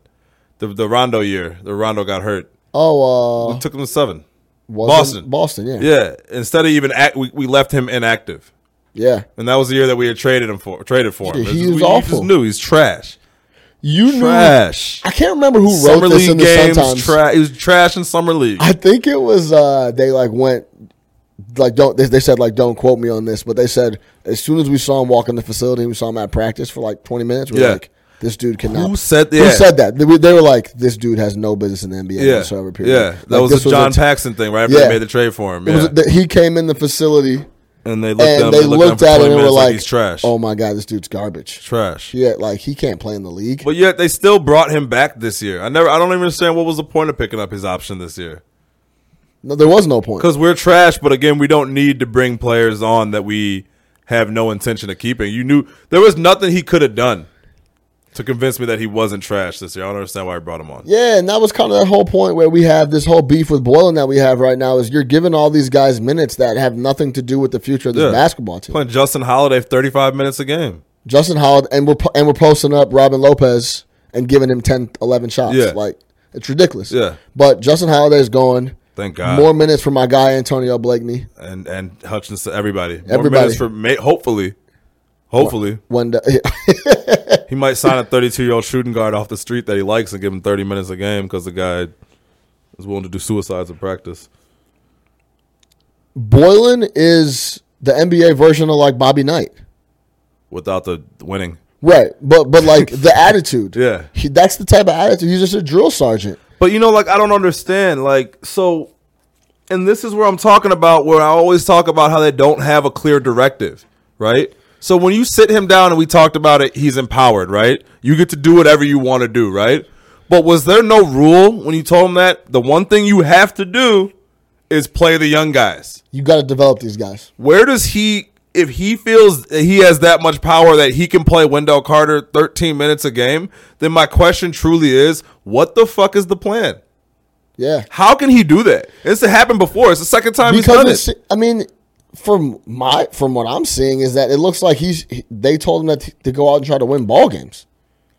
Speaker 3: the the Rondo year, the Rondo got hurt.
Speaker 2: Oh, uh,
Speaker 3: Took him to seven. Boston.
Speaker 2: wasn't- Boston, yeah. yeah,
Speaker 3: Yeah, instead of even act, we, we left him inactive, and that was the year that we had traded him for traded for him.
Speaker 2: Yeah, he
Speaker 3: It's just-
Speaker 2: is
Speaker 3: we, You
Speaker 2: awful.
Speaker 3: just knew he's trash.
Speaker 2: You knew.
Speaker 3: Trash.
Speaker 2: I can't remember who wrote
Speaker 3: Summer
Speaker 2: this
Speaker 3: league
Speaker 2: in the
Speaker 3: games.
Speaker 2: Sun-Times.
Speaker 3: Tra- it was trash in summer league.
Speaker 2: I think it was uh, they like went like don't they, they said like don't quote me on this, but they said as soon as we saw him walk in the facility, we saw him at practice for like twenty minutes. We are
Speaker 3: Yeah.
Speaker 2: like, this dude cannot.
Speaker 3: Who said
Speaker 2: Who
Speaker 3: yeah.
Speaker 2: said that? They were, they were like, this dude has no business in the NBA
Speaker 3: Yeah,
Speaker 2: whatsoever. Period.
Speaker 3: yeah. That
Speaker 2: Like,
Speaker 3: was
Speaker 2: this
Speaker 3: the John
Speaker 2: a-
Speaker 3: Paxson thing right after
Speaker 2: Yeah.
Speaker 3: they made the trade for him.
Speaker 2: it
Speaker 3: Yeah.
Speaker 2: was a- that he came in the facility
Speaker 3: and they looked,
Speaker 2: and
Speaker 3: at, him,
Speaker 2: they
Speaker 3: looked,
Speaker 2: looked at
Speaker 3: at, him
Speaker 2: him and were like,
Speaker 3: "He's trash,
Speaker 2: "Oh my god, this dude's garbage."
Speaker 3: trash."
Speaker 2: Yeah, like he can't play in the league.
Speaker 3: But yet they still brought him back this year. I never, I don't even understand what was the point of picking up his option this year
Speaker 2: No, there was no point.
Speaker 3: because we're trash. But again, we don't need to bring players on that we have no intention of keeping. You knew there was nothing he could have done to convince me that he wasn't trash this year. I don't understand why I brought him on.
Speaker 2: Yeah, and that was kind of that whole point where we have this whole beef with Boylan that we have right now is you're giving all these guys minutes that have nothing to do with the future of this
Speaker 3: Yeah.
Speaker 2: basketball team.
Speaker 3: Playing Justin Holiday thirty five minutes a game.
Speaker 2: Justin Howard and we're po- and we're posting up Robin Lopez and giving him 10, 11 shots.
Speaker 3: Yeah.
Speaker 2: Like it's ridiculous.
Speaker 3: Yeah.
Speaker 2: But Justin Holiday's going.
Speaker 3: Thank God.
Speaker 2: More minutes for my guy Antonio Blakeney.
Speaker 3: and and Hutchinson, everybody. More
Speaker 2: Everybody.
Speaker 3: minutes for Ma- hopefully, hopefully
Speaker 2: When the,
Speaker 3: he might sign a 32 year old shooting guard off the street that he likes and give him 30 minutes a game because the guy is willing to do suicides in practice.
Speaker 2: Boylan is the NBA version of like Bobby Knight.
Speaker 3: Without the winning,
Speaker 2: Right. But but like the attitude.
Speaker 3: Yeah.
Speaker 2: He, that's the type of attitude. He's just a drill sergeant.
Speaker 3: but you know, like I don't understand, like so, and this is where I'm talking about where I always talk about how they don't have a clear directive, right? So when you sit him down and we talked about it, he's empowered, right? You get to do whatever you want to do, right? But was there no rule when you told him that the one thing you have to do is play the young guys?
Speaker 2: You got to develop these guys.
Speaker 3: Where does he, if he feels that he has that much power that he can play Wendell Carter 13 minutes a game, then my question truly is, what the fuck is the plan?
Speaker 2: Yeah.
Speaker 3: How can he do that? It's happened before. It's the second time he's done
Speaker 2: because
Speaker 3: it.
Speaker 2: it's, I mean, from my from what I'm seeing is that it looks like he's he, they told him that t- to go out and try to win ball games.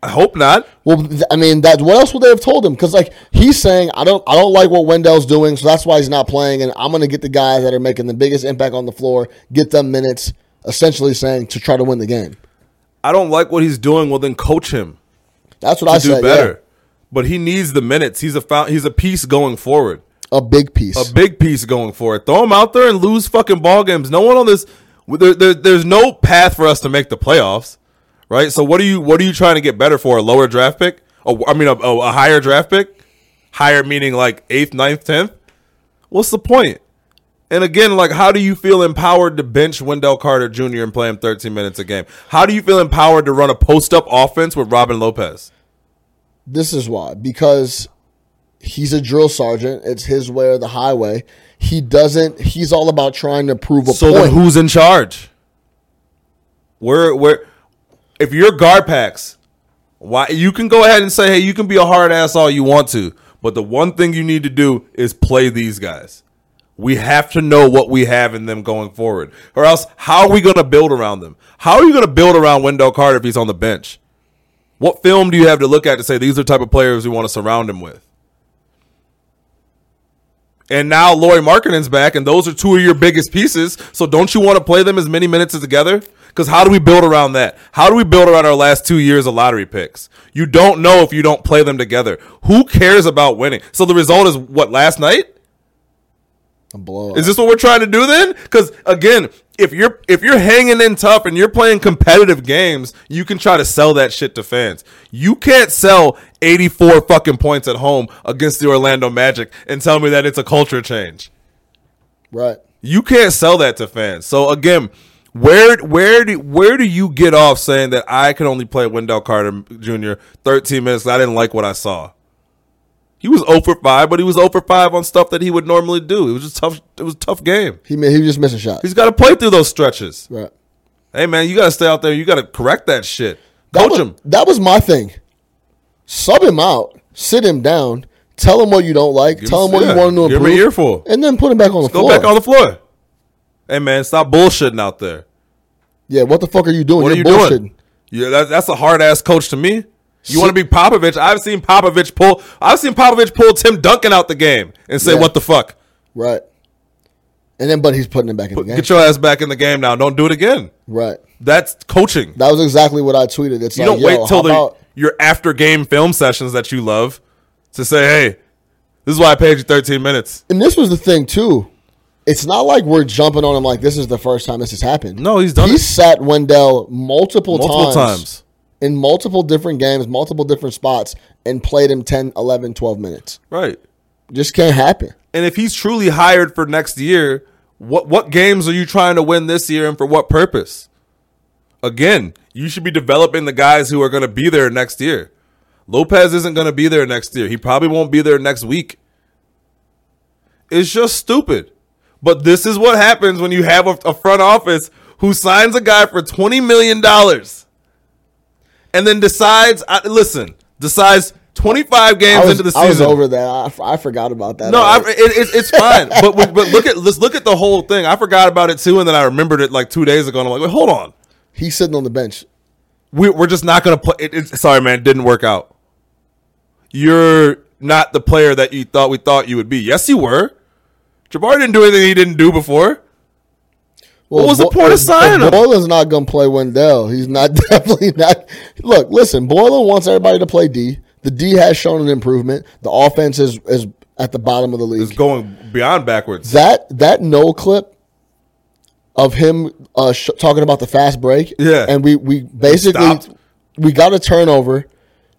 Speaker 3: I hope not.
Speaker 2: Well, th- I mean, that what else would they have told him? Because like he's saying, I don't I don't like what Wendell's doing, so that's why he's not playing, and I'm going to get the guys that are making the biggest impact on the floor, get them minutes, essentially saying to try to win the game.
Speaker 3: I don't like what he's doing. Well, then coach him
Speaker 2: That's what
Speaker 3: to
Speaker 2: I
Speaker 3: do
Speaker 2: said.
Speaker 3: better. But he needs the minutes. He's a found, he's a piece going forward.
Speaker 2: yeah. a big piece.
Speaker 3: a big piece going for it. Throw him out there and lose fucking ball games. No one on this. There, there, there's no path for us to make the playoffs, right? So what are you what are you trying to get better for? A lower draft pick? A, I mean, a, a, a higher draft pick? Higher meaning like eighth, ninth, tenth. What's the point? And again, like, how do you feel empowered to bench Wendell Carter Jr. and play him 13 minutes a game? How do you feel empowered to run a post up offense with Robin Lopez?
Speaker 2: This is why because he's a drill sergeant. It's his way or the highway. He doesn't. He's all about trying to prove a
Speaker 3: So
Speaker 2: point.
Speaker 3: then who's in charge? Where where if you're guard packs, why you can go ahead and say, hey, you can be a hard ass all you want to, but the one thing you need to do is play these guys. We have to know what we have in them going forward. Or else how are we gonna build around them? How are you gonna build around Wendell Carter if he's on the bench? What film do you have to look at to say these are the type of players we want to surround him with? And now Lori Markkinen's back, and those are two of your biggest pieces. So don't you want to play them as many minutes as together? Because how do we build around that? How do we build around our last two years of lottery picks? You don't know if you don't play them together. Who cares about winning? So the result is what last night?
Speaker 2: A blowout.
Speaker 3: Is this what we're trying to do then? Because again, if you're if you're hanging in tough and you're playing competitive games, you can try to sell that shit to fans. You can't sell 84 fucking points at home against the Orlando Magic and tell me that it's a culture change.
Speaker 2: right?
Speaker 3: You can't sell that to fans. So again, where where do where do you get off saying that I can only play Wendell Carter Jr. 13 minutes? 'cause I didn't like what I saw. He was 0 for 5, but he was 0 for 5 on stuff that he would normally do. It was just tough. It was a tough game.
Speaker 2: He ma- he was just missing shots.
Speaker 3: He's got to play through those stretches.
Speaker 2: Right.
Speaker 3: Hey man, you got to stay out there. You got to correct that shit.
Speaker 2: That
Speaker 3: Coach
Speaker 2: was,
Speaker 3: him.
Speaker 2: That was my thing. Sub him out, sit him down, tell him what you don't like, tell him what
Speaker 3: yeah,
Speaker 2: you want him to
Speaker 3: give him an
Speaker 2: improve,
Speaker 3: earful.
Speaker 2: and then put him back on the
Speaker 3: Go
Speaker 2: floor.
Speaker 3: back on the floor. Hey man, stop bullshitting out there.
Speaker 2: yeah, what the fuck are you doing?
Speaker 3: What are you
Speaker 2: You're
Speaker 3: doing? Yeah, that, that's a hard ass coach to me. You
Speaker 2: So-
Speaker 3: want to be Popovich? I've seen Popovich pull. I've seen Popovich pull Tim Duncan out the game and say,
Speaker 2: Yeah.
Speaker 3: "What the fuck?
Speaker 2: Right. And then, but he's putting him back in the game.
Speaker 3: Get your ass back in the game now. Don't do it again."
Speaker 2: right.
Speaker 3: That's coaching.
Speaker 2: That was exactly what I tweeted. It's
Speaker 3: you
Speaker 2: like,
Speaker 3: don't
Speaker 2: yo,
Speaker 3: wait till
Speaker 2: how
Speaker 3: the
Speaker 2: about,
Speaker 3: your after game film sessions that you love to say, hey, this is why I paid you 13 minutes.
Speaker 2: And this was the thing too. It's not like we're jumping on him like this is the first time this has happened.
Speaker 3: No, he's done
Speaker 2: He
Speaker 3: it
Speaker 2: sat Wendell multiple,
Speaker 3: multiple
Speaker 2: times,
Speaker 3: times.
Speaker 2: in multiple different games, multiple different spots, and played him 10, 11, 12 minutes.
Speaker 3: Right.
Speaker 2: Just can't happen.
Speaker 3: And if he's truly hired for next year, what what games are you trying to win this year and for what purpose? Again, you should be developing the guys who are going to be there next year. Lopez isn't going to be there next year. He probably won't be there next week. It's just stupid. But this is what happens when you have a, a front office who signs a guy for $20 million and then decides, I, listen, decides 25 games
Speaker 2: I was,
Speaker 3: into the season.
Speaker 2: I was over that. I, f- I forgot about that. Uh,
Speaker 3: No, I,
Speaker 2: already.
Speaker 3: it, it, it's fine. but we- but look at let's look at the whole thing. I forgot about it too, and then I remembered it like two days ago, and I'm like, wait, hold on.
Speaker 2: he's sitting on the bench.
Speaker 3: We, we're just not gonna play. It, it, sorry, man, it didn't work out. You're not the player that you thought we thought you would be. Yes, you were. Jabari didn't do anything he didn't do before.
Speaker 2: Well,
Speaker 3: was the
Speaker 2: Bo-
Speaker 3: point of
Speaker 2: if- if
Speaker 3: signing him?
Speaker 2: Boylan's not going to play Wendell. He's not definitely not. Look, listen. Boylan wants everybody to play D. The D has shown an improvement. The offense is is at the bottom of the league.
Speaker 3: It's going beyond backwards.
Speaker 2: that that no clip of him uh, sh- talking about the fast break.
Speaker 3: Yeah.
Speaker 2: and we we basically
Speaker 3: stopped.
Speaker 2: we got a turnover.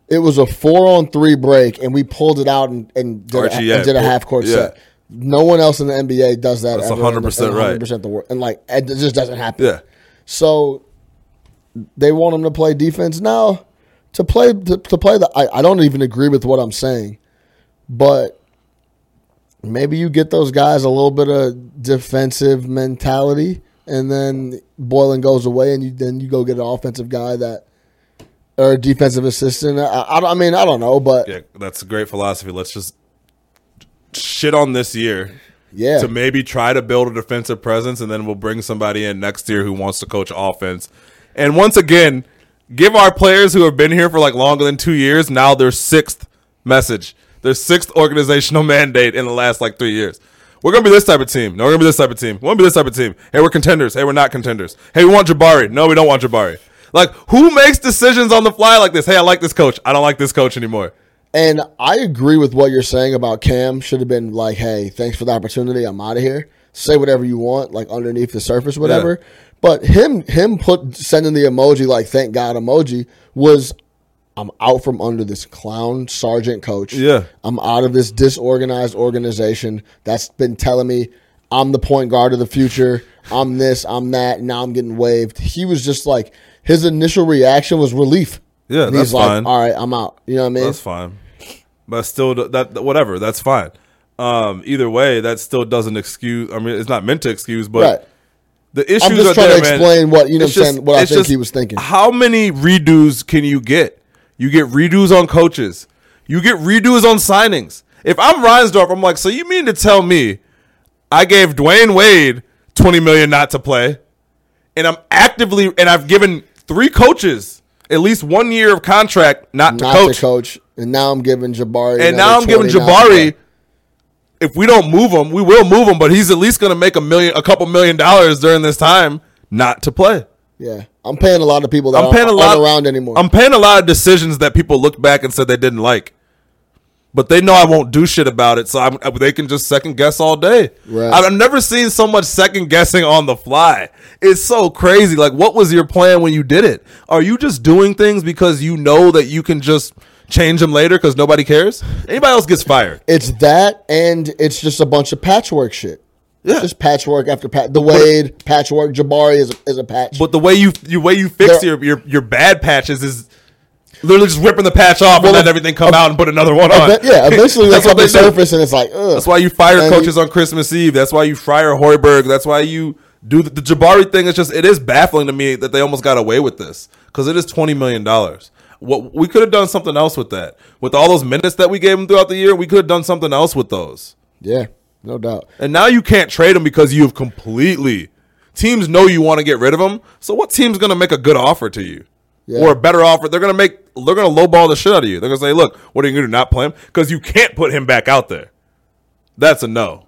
Speaker 2: It was a four on three break, and we pulled it out and and did,
Speaker 3: Archie,
Speaker 2: a,
Speaker 3: yeah,
Speaker 2: and did a
Speaker 3: pull-
Speaker 2: half court
Speaker 3: yeah.
Speaker 2: set. No one else in the NBA does that.
Speaker 3: That's
Speaker 2: ever in the-
Speaker 3: 100%
Speaker 2: in
Speaker 3: right.
Speaker 2: 100% the world, and like it just doesn't happen.
Speaker 3: Yeah.
Speaker 2: So they want him to play defense now. To play to, to play the I, I don't even agree with what I'm saying, but maybe you get those guys a little bit of defensive mentality, and then Boylan goes away, and you then you go get an offensive guy that or a defensive assistant. I, I, don't- I mean I don't know, but yeah,
Speaker 3: Yeah, that's a great philosophy. Let's just shit on this year. to maybe try to build a defensive presence, and then we'll bring somebody in next year who wants to coach offense. And once again, give our players who have been here for like longer than two years now their sixth message, their sixth organizational mandate in the last like three years. We're gonna be this type of team. No, we're gonna be this type of team. We're gonna be this type of team. Hey, we're contenders. Hey, we're not contenders. Hey, we want Jabari. No, we don't want Jabari. Like, who makes decisions on the fly like this? Hey, I like this coach. I don't like this coach anymore.
Speaker 2: And I agree with what you're saying about Cam should have been like, hey, thanks for the opportunity. I'm out of here. Say whatever you want, like underneath the surface, whatever. But him him put sending the emoji like thank God emoji was I'm out from under this clown sergeant coach.
Speaker 3: Yeah.
Speaker 2: I'm out of this disorganized organization that's been telling me I'm the point guard of the future. I'm this, I'm that. Now I'm getting waived. He was just like his initial reaction was relief.
Speaker 3: Yeah,
Speaker 2: and
Speaker 3: that's
Speaker 2: he's like,
Speaker 3: fine.
Speaker 2: all right, I'm out. You know what I mean?
Speaker 3: That's fine. But still, that that- whatever. That's fine. Um, either way, that still doesn't excuse. I mean, it's not meant to excuse, but
Speaker 2: Right.
Speaker 3: the issues
Speaker 2: I'm just
Speaker 3: are
Speaker 2: trying
Speaker 3: there,
Speaker 2: to
Speaker 3: man.
Speaker 2: explain what you know.
Speaker 3: It's
Speaker 2: what I'm
Speaker 3: just-
Speaker 2: saying what I
Speaker 3: it's
Speaker 2: think
Speaker 3: just
Speaker 2: he was thinking.
Speaker 3: How many redos can you get? You get redos on coaches. You get redos on signings. If I'm Reinsdorf, I'm like, so you mean to tell me I gave Dwayne Wade 20 million not to play? and I'm actively and I've given three coaches at least one year of contract not to
Speaker 2: Not
Speaker 3: coach.
Speaker 2: the coach, and now I'm giving Jabari.
Speaker 3: and now I'm
Speaker 2: another
Speaker 3: giving
Speaker 2: 29.
Speaker 3: Jabari. If we don't move him, we will move him, but he's at least going to make a million, a couple million dollars during this time not to play.
Speaker 2: Yeah, I'm paying a lot of people that
Speaker 3: I'm paying a lot
Speaker 2: aren't around anymore.
Speaker 3: I'm paying a lot of decisions that people look back and said they didn't like, but they know I won't do shit about it, so I'm, they can just second guess all day.
Speaker 2: Right.
Speaker 3: I've never seen so much second guessing on the fly. It's so crazy. Like, what was your plan when you did it? Are you just doing things because you know that you can just change them later because nobody cares? Anybody else gets fired.
Speaker 2: it's that, and it's just a bunch of patchwork shit.
Speaker 3: Yeah.
Speaker 2: It's just patchwork after patch. The Wade patchwork. Jabari is a, is a patch.
Speaker 3: But the way you the way you fix
Speaker 2: There-
Speaker 3: your, your your bad patches is literally just ripping the patch off
Speaker 2: Well,
Speaker 3: and let
Speaker 2: if-
Speaker 3: everything come out and put another one on.
Speaker 2: But yeah, eventually they
Speaker 3: that's
Speaker 2: come
Speaker 3: what
Speaker 2: to
Speaker 3: they do.
Speaker 2: surface, and it's like, ugh.
Speaker 3: That's why you fire
Speaker 2: And
Speaker 3: coaches on Christmas Eve. That's why you fire Hoiberg. That's why you do the, the Jabari thing. It's just it is baffling to me that they almost got away with this because it is twenty million dollars. What we could have done something else with that. With all those minutes that we gave him throughout the year, we could have done something else with those.
Speaker 2: Yeah, no doubt.
Speaker 3: And now you can't trade him because you've completely teams know you want to get rid of him. So what team's going to make a good offer to you?
Speaker 2: Yeah.
Speaker 3: Or a better offer? They're going to make they're going to lowball the shit out of you. They're going to say, "Look, what are you going to do? Not play him because you can't put him back out there." That's a no.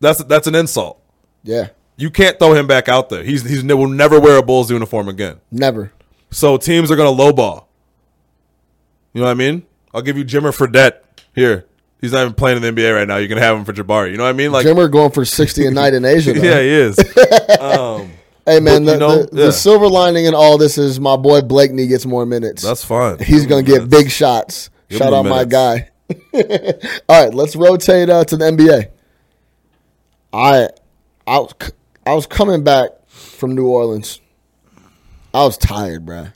Speaker 3: That's that's an insult.
Speaker 2: Yeah,
Speaker 3: You can't throw him back out there. He's he's will never wear a Bulls uniform again.
Speaker 2: never.
Speaker 3: So teams are going to lowball. You know what I mean? I'll give you Jimmer Fredette here. He's not even playing in the NBA right now. You can have him for Jabari. You know what I mean? Like,
Speaker 2: Jimmer going for sixty a night in Asia. Though.
Speaker 3: yeah, he is. um,
Speaker 2: Hey man,
Speaker 3: But,
Speaker 2: the,
Speaker 3: you know,
Speaker 2: the, the
Speaker 3: yeah.
Speaker 2: silver lining in all this is my boy Blakeney gets more minutes.
Speaker 3: that's fine.
Speaker 2: He's gonna get big shots.
Speaker 3: Give
Speaker 2: Shout
Speaker 3: him
Speaker 2: out my
Speaker 3: minutes.
Speaker 2: guy. all right, let's rotate uh, to the NBA. I, I was, c- I was coming back from New Orleans. I was tired, bruh.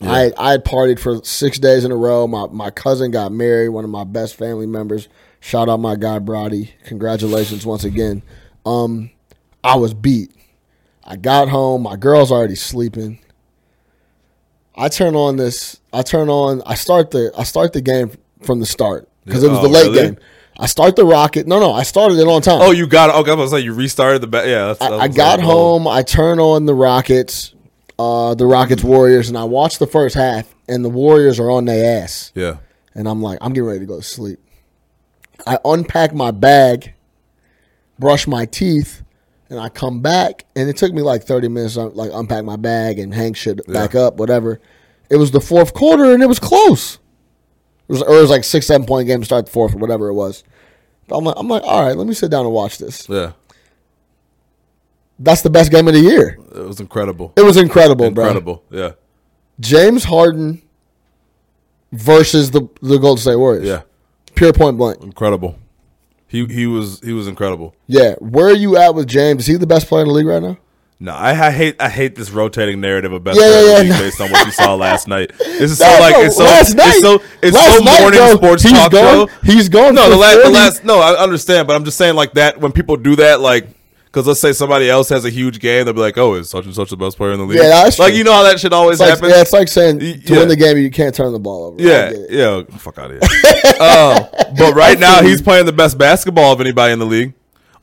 Speaker 2: I I had partied for six days in a row. My my cousin got married. One of my best family members. Shout out my guy Brody. Congratulations once again. Um, I was beat. I got home. My girl's already sleeping. I turn on this. I turn on. I start the. I start the game from the start because it was
Speaker 3: Oh,
Speaker 2: the late
Speaker 3: really?
Speaker 2: game. I start the rocket. No, no, I started it on time.
Speaker 3: Oh, you got it. Okay, I was like, you restarted the bet. Yeah, that's, that
Speaker 2: I, I
Speaker 3: was
Speaker 2: got
Speaker 3: like, oh.
Speaker 2: home. I turn on the Rockets, uh, the Rockets Warriors, and I watch the first half, and the Warriors are on their ass.
Speaker 3: Yeah.
Speaker 2: And I'm like, I'm getting ready to go to sleep. I unpack my bag, brush my teeth, and I come back. And it took me like 30 minutes to like unpack my bag and hang shit back up, whatever. It was the fourth quarter, and it was close. It was, or it was like six, seven point game to start the fourth, or whatever it was. But I'm like, I'm like, all right, let me sit down and watch this.
Speaker 3: Yeah.
Speaker 2: That's the best game of the year.
Speaker 3: It was incredible.
Speaker 2: It was incredible, bro.
Speaker 3: Incredible. Yeah.
Speaker 2: James Harden versus the the Golden State Warriors.
Speaker 3: Yeah.
Speaker 2: Pure point blank.
Speaker 3: Incredible. He he was he was incredible.
Speaker 2: Yeah. Where are you at with James? Is he the best player in the league right now?
Speaker 3: No, I, I hate I hate this rotating narrative of best
Speaker 2: Yeah,
Speaker 3: player in the
Speaker 2: yeah,
Speaker 3: league
Speaker 2: yeah, no.
Speaker 3: based on what you saw last night. This is so
Speaker 2: No,
Speaker 3: like
Speaker 2: no,
Speaker 3: it's so
Speaker 2: last night-
Speaker 3: it's so it's
Speaker 2: last
Speaker 3: so
Speaker 2: night,
Speaker 3: morning
Speaker 2: though,
Speaker 3: sports
Speaker 2: he's
Speaker 3: talk
Speaker 2: going-
Speaker 3: show.
Speaker 2: he's going
Speaker 3: No, the
Speaker 2: for
Speaker 3: last the
Speaker 2: 40.
Speaker 3: last no, I understand, but I'm just saying like that when people do that like. Because let's say somebody else has a huge game, they'll be like, "Oh, is such and such the best player in the league?"
Speaker 2: Yeah, that's
Speaker 3: like
Speaker 2: true.
Speaker 3: you know how that shit
Speaker 2: It's
Speaker 3: always
Speaker 2: like,
Speaker 3: happens.
Speaker 2: yeah, it's like saying to
Speaker 3: Y- yeah.
Speaker 2: win the game you can't turn the ball over. I
Speaker 3: Yeah,
Speaker 2: get it.
Speaker 3: yeah, fuck out of here. um, but right now he's playing the best basketball of anybody in the league.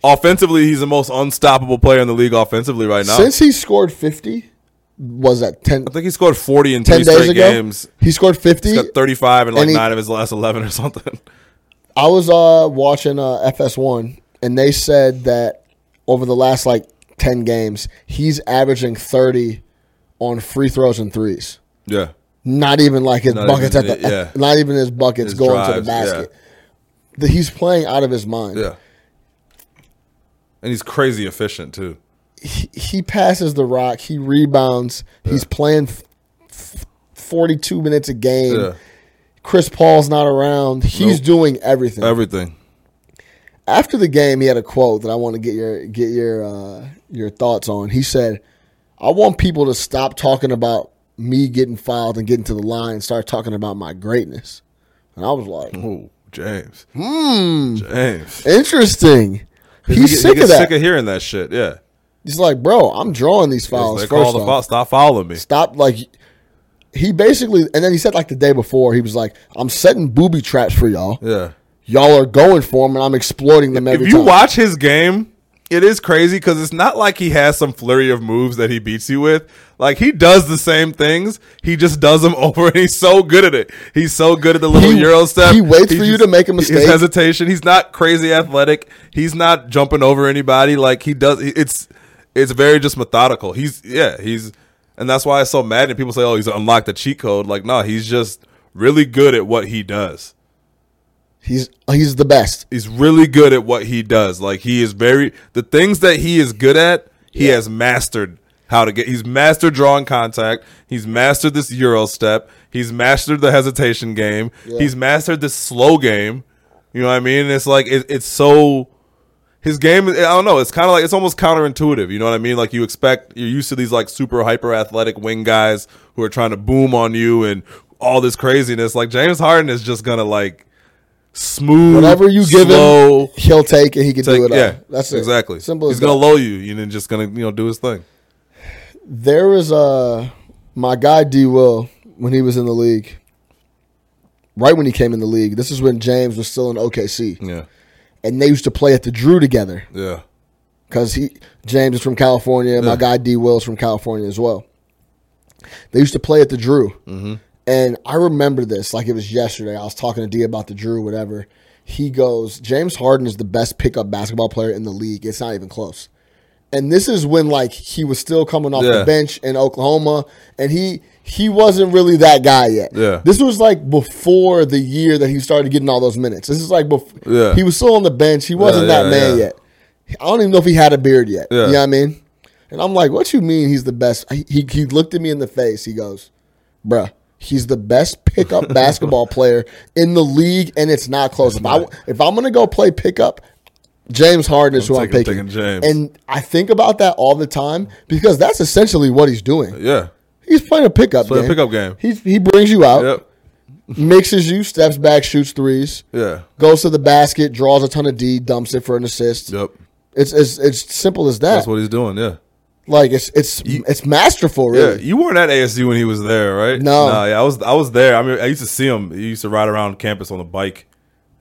Speaker 3: Offensively, he's the most unstoppable player in the league. Offensively, right now,
Speaker 2: Since he scored fifty, was that 10,
Speaker 3: I think he scored forty in
Speaker 2: 10
Speaker 3: three
Speaker 2: days
Speaker 3: straight
Speaker 2: ago?
Speaker 3: games.
Speaker 2: He scored fifty.
Speaker 3: He's got thirty-five in like
Speaker 2: And he-
Speaker 3: nine of his last eleven or something.
Speaker 2: I was uh, watching uh, FS1, and they said that over the last like ten games, he's averaging thirty on free throws and threes.
Speaker 3: yeah,
Speaker 2: Not even like his
Speaker 3: Not
Speaker 2: buckets
Speaker 3: even
Speaker 2: at the,
Speaker 3: the- yeah.
Speaker 2: not even his buckets
Speaker 3: His
Speaker 2: going to the
Speaker 3: drives,
Speaker 2: basket. The- He's playing out of his mind.
Speaker 3: yeah, and he's crazy efficient too.
Speaker 2: He, he passes the rock. He rebounds. He's playing f- f- forty-two minutes a game.
Speaker 3: Yeah,
Speaker 2: Chris Paul's not around. He's
Speaker 3: Nope.
Speaker 2: doing everything.
Speaker 3: everything.
Speaker 2: after the game, he had a quote that I want to get your get your uh, your thoughts on. He said, "I want people to stop talking about me getting fouled and getting to the line and start talking about my greatness." And I was like,
Speaker 3: Oh, James, James.
Speaker 2: "Interesting."
Speaker 3: He
Speaker 2: Hmm. He's
Speaker 3: get- he
Speaker 2: sick
Speaker 3: gets
Speaker 2: of that.
Speaker 3: Sick of hearing that shit. Yeah,
Speaker 2: He's like, "Bro, I'm drawing these
Speaker 3: He's
Speaker 2: fouls
Speaker 3: like,
Speaker 2: Oh, first
Speaker 3: call the
Speaker 2: off.
Speaker 3: foul. Stop following me.
Speaker 2: Stop like." He basically, and then he said like the day before, he was like, "I'm setting booby traps for y'all.
Speaker 3: Yeah.
Speaker 2: Y'all are going for them, and I'm exploiting them every
Speaker 3: if you
Speaker 2: time."
Speaker 3: watch his game, it is crazy because it's not like he has some flurry of moves that he beats you with. Like he does the same things, he just does them over, and he's so good at it. He's so good at the little
Speaker 2: He-
Speaker 3: euro step.
Speaker 2: he waits for you to make a
Speaker 3: His
Speaker 2: mistake.
Speaker 3: hesitation. He's not crazy athletic. He's not jumping over anybody. Like he does. It's it's very just methodical. He's yeah. He's and that's why it's so mad. And people say, oh, he's unlocked the cheat code. Like no, he's just really good at what he does
Speaker 2: he's he's the best.
Speaker 3: is really good at what he does. Like he is very the things that he is good at, he has mastered how to get he's mastered drawing contact, he's mastered this euro step, he's mastered the hesitation game, he's mastered this slow game. You know what I mean? And it's like it, it's so his game i don't know it's kind of like it's almost counterintuitive you know what i mean like you expect you're used to these like super hyper athletic wing guys who are trying to boom on you and all this craziness like james harden is just gonna like smooth
Speaker 2: Whatever you give
Speaker 3: slow,
Speaker 2: him, he'll take and he can do
Speaker 3: take-
Speaker 2: it.
Speaker 3: yeah
Speaker 2: all. that's it.
Speaker 3: exactly
Speaker 2: Simple
Speaker 3: he's
Speaker 2: as
Speaker 3: gonna
Speaker 2: that.
Speaker 3: low you and then just gonna you know do his thing
Speaker 2: There was uh, my guy D Will when he was in the league. Right when he came in the league, this is when James was still in OKC,
Speaker 3: yeah
Speaker 2: and they used to play at the Drew together
Speaker 3: yeah
Speaker 2: because he James is from California. and My
Speaker 3: Yeah.
Speaker 2: guy D Will's from California as well. They used to play at the Drew, mm-hmm. and I remember this like it was yesterday. I was talking to D about the Drew, whatever. He goes, James Harden is the best pickup basketball player in the league. It's not even close. and this is when like he was still coming off
Speaker 3: Yeah.
Speaker 2: the bench in Oklahoma, and he he wasn't really that guy yet.
Speaker 3: Yeah.
Speaker 2: this was like before the year that he started getting all those minutes. This is like before
Speaker 3: Yeah.
Speaker 2: he was still on the bench. He wasn't
Speaker 3: yeah,
Speaker 2: that man
Speaker 3: yeah.
Speaker 2: yet. I don't even know if he had a beard yet.
Speaker 3: Yeah.
Speaker 2: You know what I mean? And I'm like, what you mean he's the best? He, he, he looked at me in the face. He goes, bruh, he's the best pickup basketball player in the league, and it's not close. If, I, if I'm going to go play pickup, James Harden is who I'm
Speaker 3: taking-
Speaker 2: picking.
Speaker 3: taking James.
Speaker 2: And I think about that all the time because that's essentially what he's doing.
Speaker 3: Yeah.
Speaker 2: He's playing a pickup
Speaker 3: Playing a
Speaker 2: game.
Speaker 3: pickup game.
Speaker 2: He's, he brings you out,
Speaker 3: Yep.
Speaker 2: mixes you, steps back, shoots threes,
Speaker 3: Yeah.
Speaker 2: goes to the basket, draws a ton of D, dumps it for an assist.
Speaker 3: Yep.
Speaker 2: It's as it's simple as that.
Speaker 3: That's what he's doing. Yeah.
Speaker 2: Like it's it's it's masterful,
Speaker 3: Yeah.
Speaker 2: really.
Speaker 3: You weren't at ASU when he was there, right?
Speaker 2: No.
Speaker 3: Nah, yeah, I was. I was there. I mean, I used to see him. He used to ride around campus on a bike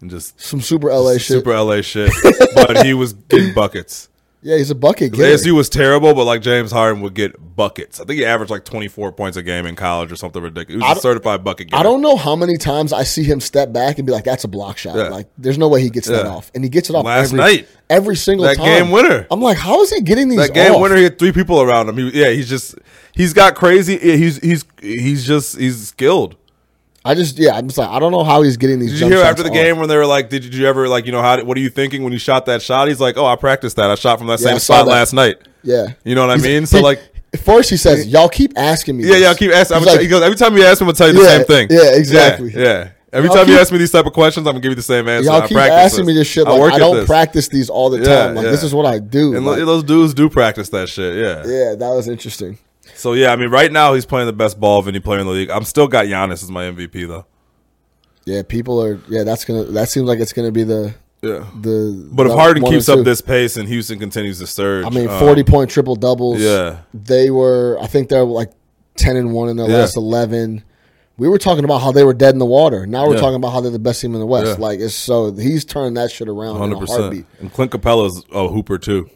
Speaker 3: and just
Speaker 2: Some super LA shit.
Speaker 3: super LA shit. but he was getting buckets.
Speaker 2: yeah, he's a bucket getter.
Speaker 3: ASU was terrible, but like James Harden would get buckets. I think he averaged like 24 points a game in college or something ridiculous. He was a
Speaker 2: don't-
Speaker 3: certified bucket. Getter.
Speaker 2: I don't know how many times I see him step back and be like, "That's a block shot."
Speaker 3: Yeah.
Speaker 2: Like, there's no way he gets that
Speaker 3: Yeah.
Speaker 2: off, and he gets it off
Speaker 3: Last
Speaker 2: every,
Speaker 3: night.
Speaker 2: every single
Speaker 3: That
Speaker 2: time.
Speaker 3: game winner.
Speaker 2: I'm like, how is he getting these?
Speaker 3: That game
Speaker 2: off?
Speaker 3: winner, he had three people around him. He, yeah, he's just he's got crazy. yeah, He's he's he's just he's skilled.
Speaker 2: I just, yeah, I'm just like, I don't know how he's getting these.
Speaker 3: Did you
Speaker 2: jump
Speaker 3: hear
Speaker 2: shots
Speaker 3: after the
Speaker 2: off.
Speaker 3: game when they were like, "Did you ever like you know how what are you thinking when you shot that shot?" He's like, "Oh, I practiced that. I shot from that
Speaker 2: Yeah, I
Speaker 3: same
Speaker 2: saw
Speaker 3: spot
Speaker 2: that.
Speaker 3: last night."
Speaker 2: Yeah,
Speaker 3: You know what I
Speaker 2: He's-
Speaker 3: mean? So,
Speaker 2: he-
Speaker 3: like-
Speaker 2: at first he says, "Y'all keep asking me."
Speaker 3: Yeah,
Speaker 2: this."
Speaker 3: yeah. I keep asking. I'm
Speaker 2: He's
Speaker 3: gonna
Speaker 2: like,
Speaker 3: tell- he goes, every time you ask him, I tell you the
Speaker 2: Yeah,
Speaker 3: same thing.
Speaker 2: yeah, exactly.
Speaker 3: Yeah. yeah. Every
Speaker 2: Y'all
Speaker 3: time you
Speaker 2: keep-
Speaker 3: ask me these type of questions, I'm gonna give you the same answer.
Speaker 2: Y'all
Speaker 3: I
Speaker 2: keep
Speaker 3: practice
Speaker 2: asking me
Speaker 3: this.
Speaker 2: this shit.
Speaker 3: I
Speaker 2: Like,
Speaker 3: work
Speaker 2: I,
Speaker 3: at
Speaker 2: don't
Speaker 3: this.
Speaker 2: practice these all the
Speaker 3: Yeah,
Speaker 2: time. Like, this
Speaker 3: yeah.
Speaker 2: is what I do.
Speaker 3: And
Speaker 2: Like,
Speaker 3: lo- those dudes do practice that shit. Yeah.
Speaker 2: yeah, that was interesting.
Speaker 3: So yeah, I mean, right now he's playing the best ball of any player in the league. I'm still got Giannis as my MVP though.
Speaker 2: Yeah, people are. Yeah, that's gonna. That seems like it's gonna be the
Speaker 3: Yeah.
Speaker 2: the.
Speaker 3: But if
Speaker 2: the
Speaker 3: Harden
Speaker 2: one or
Speaker 3: keeps up
Speaker 2: two.
Speaker 3: this pace and Houston continues to surge,
Speaker 2: I mean,
Speaker 3: um,
Speaker 2: forty point triple doubles.
Speaker 3: yeah.
Speaker 2: they were. I think they're like ten and one in their
Speaker 3: Yeah.
Speaker 2: last eleven. We were talking about how they were dead in the water. Now we're
Speaker 3: Yeah.
Speaker 2: talking about how they're the best team in the West.
Speaker 3: Yeah.
Speaker 2: Like it's so he's turning that shit around
Speaker 3: hundred
Speaker 2: in a heartbeat.
Speaker 3: percent. And Clint Capella's a hooper too.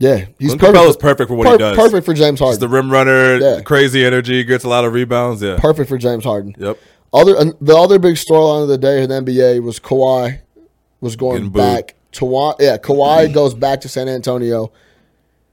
Speaker 2: Yeah, he's
Speaker 3: Clint Capella's perfect for what he
Speaker 2: per-
Speaker 3: does.
Speaker 2: Perfect for James
Speaker 3: He's the
Speaker 2: Harden.
Speaker 3: rim runner,
Speaker 2: Yeah.
Speaker 3: crazy energy, gets a lot of rebounds. Yeah.
Speaker 2: perfect for James Harden.
Speaker 3: Yep.
Speaker 2: Other and the other big storyline of the day in the NBA was Kawhi was
Speaker 3: Getting
Speaker 2: going
Speaker 3: booed. Mm-hmm.
Speaker 2: back. Tawa- yeah, Kawhi goes back to San Antonio.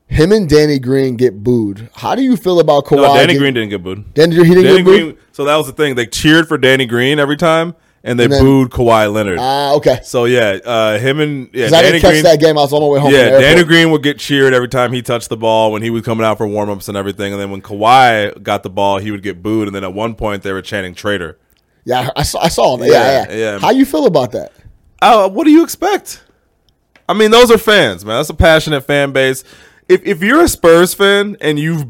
Speaker 2: Him and Danny Green get booed. How do you feel about Kawhi?
Speaker 3: No, Danny
Speaker 2: get-
Speaker 3: Green didn't get booed.
Speaker 2: Danny, he didn't
Speaker 3: Danny
Speaker 2: get booed.
Speaker 3: Green. So that was the thing. They cheered for Danny Green every time, and they
Speaker 2: then-
Speaker 3: booed Kawhi Leonard.
Speaker 2: Ah, okay.
Speaker 3: so yeah, uh, him and yeah,
Speaker 2: 'Cause I
Speaker 3: Danny
Speaker 2: didn't catch
Speaker 3: Green.
Speaker 2: that game. I was on my way home. from
Speaker 3: Yeah,
Speaker 2: the
Speaker 3: Danny
Speaker 2: airport.
Speaker 3: Green would get cheered every time he touched the ball when he was coming out for warm ups and everything. And then when Kawhi got the ball, he would get booed. And then at one point, they were chanting traitor.
Speaker 2: Yeah, I saw. I saw him. Yeah, yeah.
Speaker 3: Yeah, yeah.
Speaker 2: How you feel about that?
Speaker 3: Uh, what do you expect? I mean, those are fans, man. That's a passionate fan base. If, if you're a Spurs fan and you've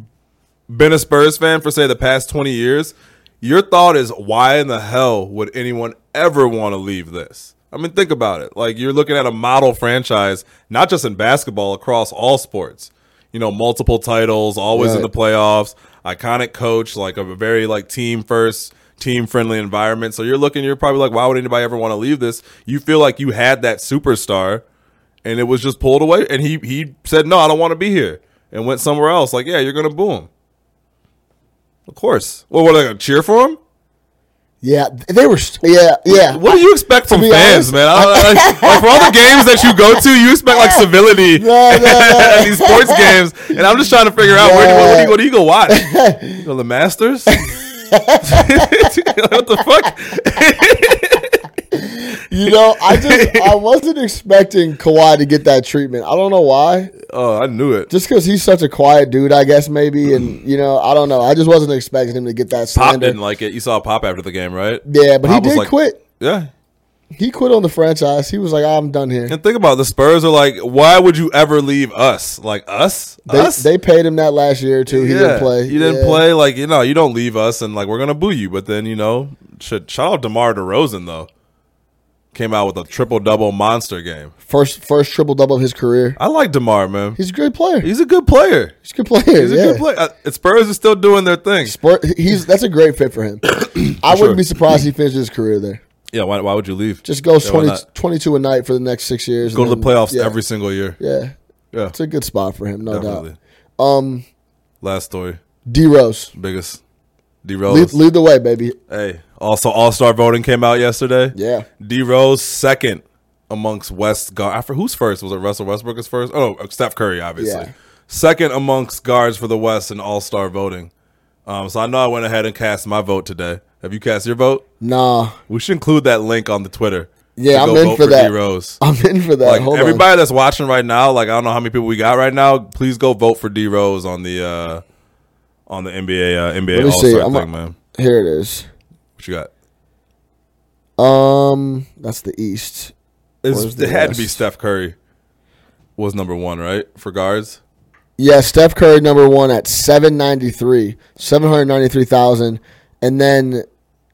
Speaker 3: been a Spurs fan for, say, the past 20 years, your thought is, why in the hell would anyone ever want to leave this? I mean, think about it. Like, you're looking at a model franchise, not just in basketball, across all sports. You know, multiple titles, always in
Speaker 2: Right.
Speaker 3: the playoffs, iconic coach, like a very like team first, team friendly environment. So you're looking, you're probably like, why would anybody ever want to leave this? You feel like you had that superstar and it was just pulled away and he he said, No, I don't want to be here and went somewhere else. Like, yeah, you're gonna boo him. Of course. Well, what are they gonna cheer for him?
Speaker 2: Yeah, they were. Yeah, yeah.
Speaker 3: What do you expect from
Speaker 2: be honest-
Speaker 3: fans, man? I, I- like, like, for all the games that you go to, you expect like civility
Speaker 2: No, no, no.
Speaker 3: at these sports games, and I'm just trying to figure out where, do- what, do you, what do you go watch? You go to the Masters? what the fuck?
Speaker 2: You know, I just I wasn't expecting Kawhi to get that treatment. I don't know why.
Speaker 3: oh, I knew it.
Speaker 2: Just because he's such a quiet dude, I guess maybe, and you know, I don't know. I just wasn't expecting him to get that
Speaker 3: Mm. Pop
Speaker 2: slander.
Speaker 3: didn't like it. You saw Pop after the game, right?
Speaker 2: yeah, but
Speaker 3: Pop
Speaker 2: he
Speaker 3: was
Speaker 2: did
Speaker 3: like-
Speaker 2: quit.
Speaker 3: Yeah.
Speaker 2: He quit on the franchise. He was like, I'm done here.
Speaker 3: And think about it, the Spurs are like, why would you ever leave us? Like us?
Speaker 2: They,
Speaker 3: us?
Speaker 2: they paid him that last year too. He didn't play.
Speaker 3: You didn't
Speaker 2: Yeah.
Speaker 3: play. Like you know, you don't leave us, and like we're gonna boo you. But then you know, should shout out Demar Derozan though. Came out with a triple double monster game.
Speaker 2: First first triple double of his career.
Speaker 3: I like Demar, man.
Speaker 2: He's a great player. He's
Speaker 3: He's a good player.
Speaker 2: a good player.
Speaker 3: He's a
Speaker 2: yeah.
Speaker 3: good player. Uh, Spurs are still doing their thing.
Speaker 2: Spur- he's that's a great fit for him. I
Speaker 3: sure.
Speaker 2: wouldn't be surprised he finishes his career there.
Speaker 3: Yeah, why, why would you leave?
Speaker 2: Just goes
Speaker 3: Yeah, why
Speaker 2: 20,
Speaker 3: not?
Speaker 2: 22 a night for the next six years.
Speaker 3: go
Speaker 2: and
Speaker 3: to the
Speaker 2: then-
Speaker 3: playoffs
Speaker 2: yeah,
Speaker 3: every single year.
Speaker 2: Yeah,
Speaker 3: Yeah,
Speaker 2: it's a good spot for him, no
Speaker 3: definitely.
Speaker 2: doubt. Um,
Speaker 3: Last story,
Speaker 2: D Rose,
Speaker 3: biggest. D
Speaker 2: lead,
Speaker 3: Rose.
Speaker 2: lead the way, baby.
Speaker 3: Hey, also All Star voting came out yesterday.
Speaker 2: Yeah,
Speaker 3: D Rose second amongst West guard. I for who's first? Was it Russell Westbrook is first? Oh, uh, Steph Curry, obviously.
Speaker 2: Yeah.
Speaker 3: second amongst guards for the West in All Star voting. Um, so I know I went ahead and cast my vote today. Have you cast your vote?
Speaker 2: Nah.
Speaker 3: We should include that link on the Twitter.
Speaker 2: Yeah,
Speaker 3: to
Speaker 2: I'm
Speaker 3: go
Speaker 2: in
Speaker 3: vote
Speaker 2: for that.
Speaker 3: D-Rose.
Speaker 2: I'm in for that.
Speaker 3: Like
Speaker 2: Hold
Speaker 3: everybody that's watching right now, like I don't know how many people we got right now. Please go vote for D Rose on the uh on the NBA uh, NBA
Speaker 2: Let me
Speaker 3: All
Speaker 2: see.
Speaker 3: Star
Speaker 2: I'm
Speaker 3: thing,
Speaker 2: a-
Speaker 3: man.
Speaker 2: on. Here it is.
Speaker 3: What you got?
Speaker 2: Um, that's the East.
Speaker 3: It's,
Speaker 2: Where's the
Speaker 3: it had to be
Speaker 2: rest?
Speaker 3: Steph Curry was number one, right? For guards,
Speaker 2: Yeah, Steph Curry number one at seven ninety three, seven hundred ninety three thousand, and then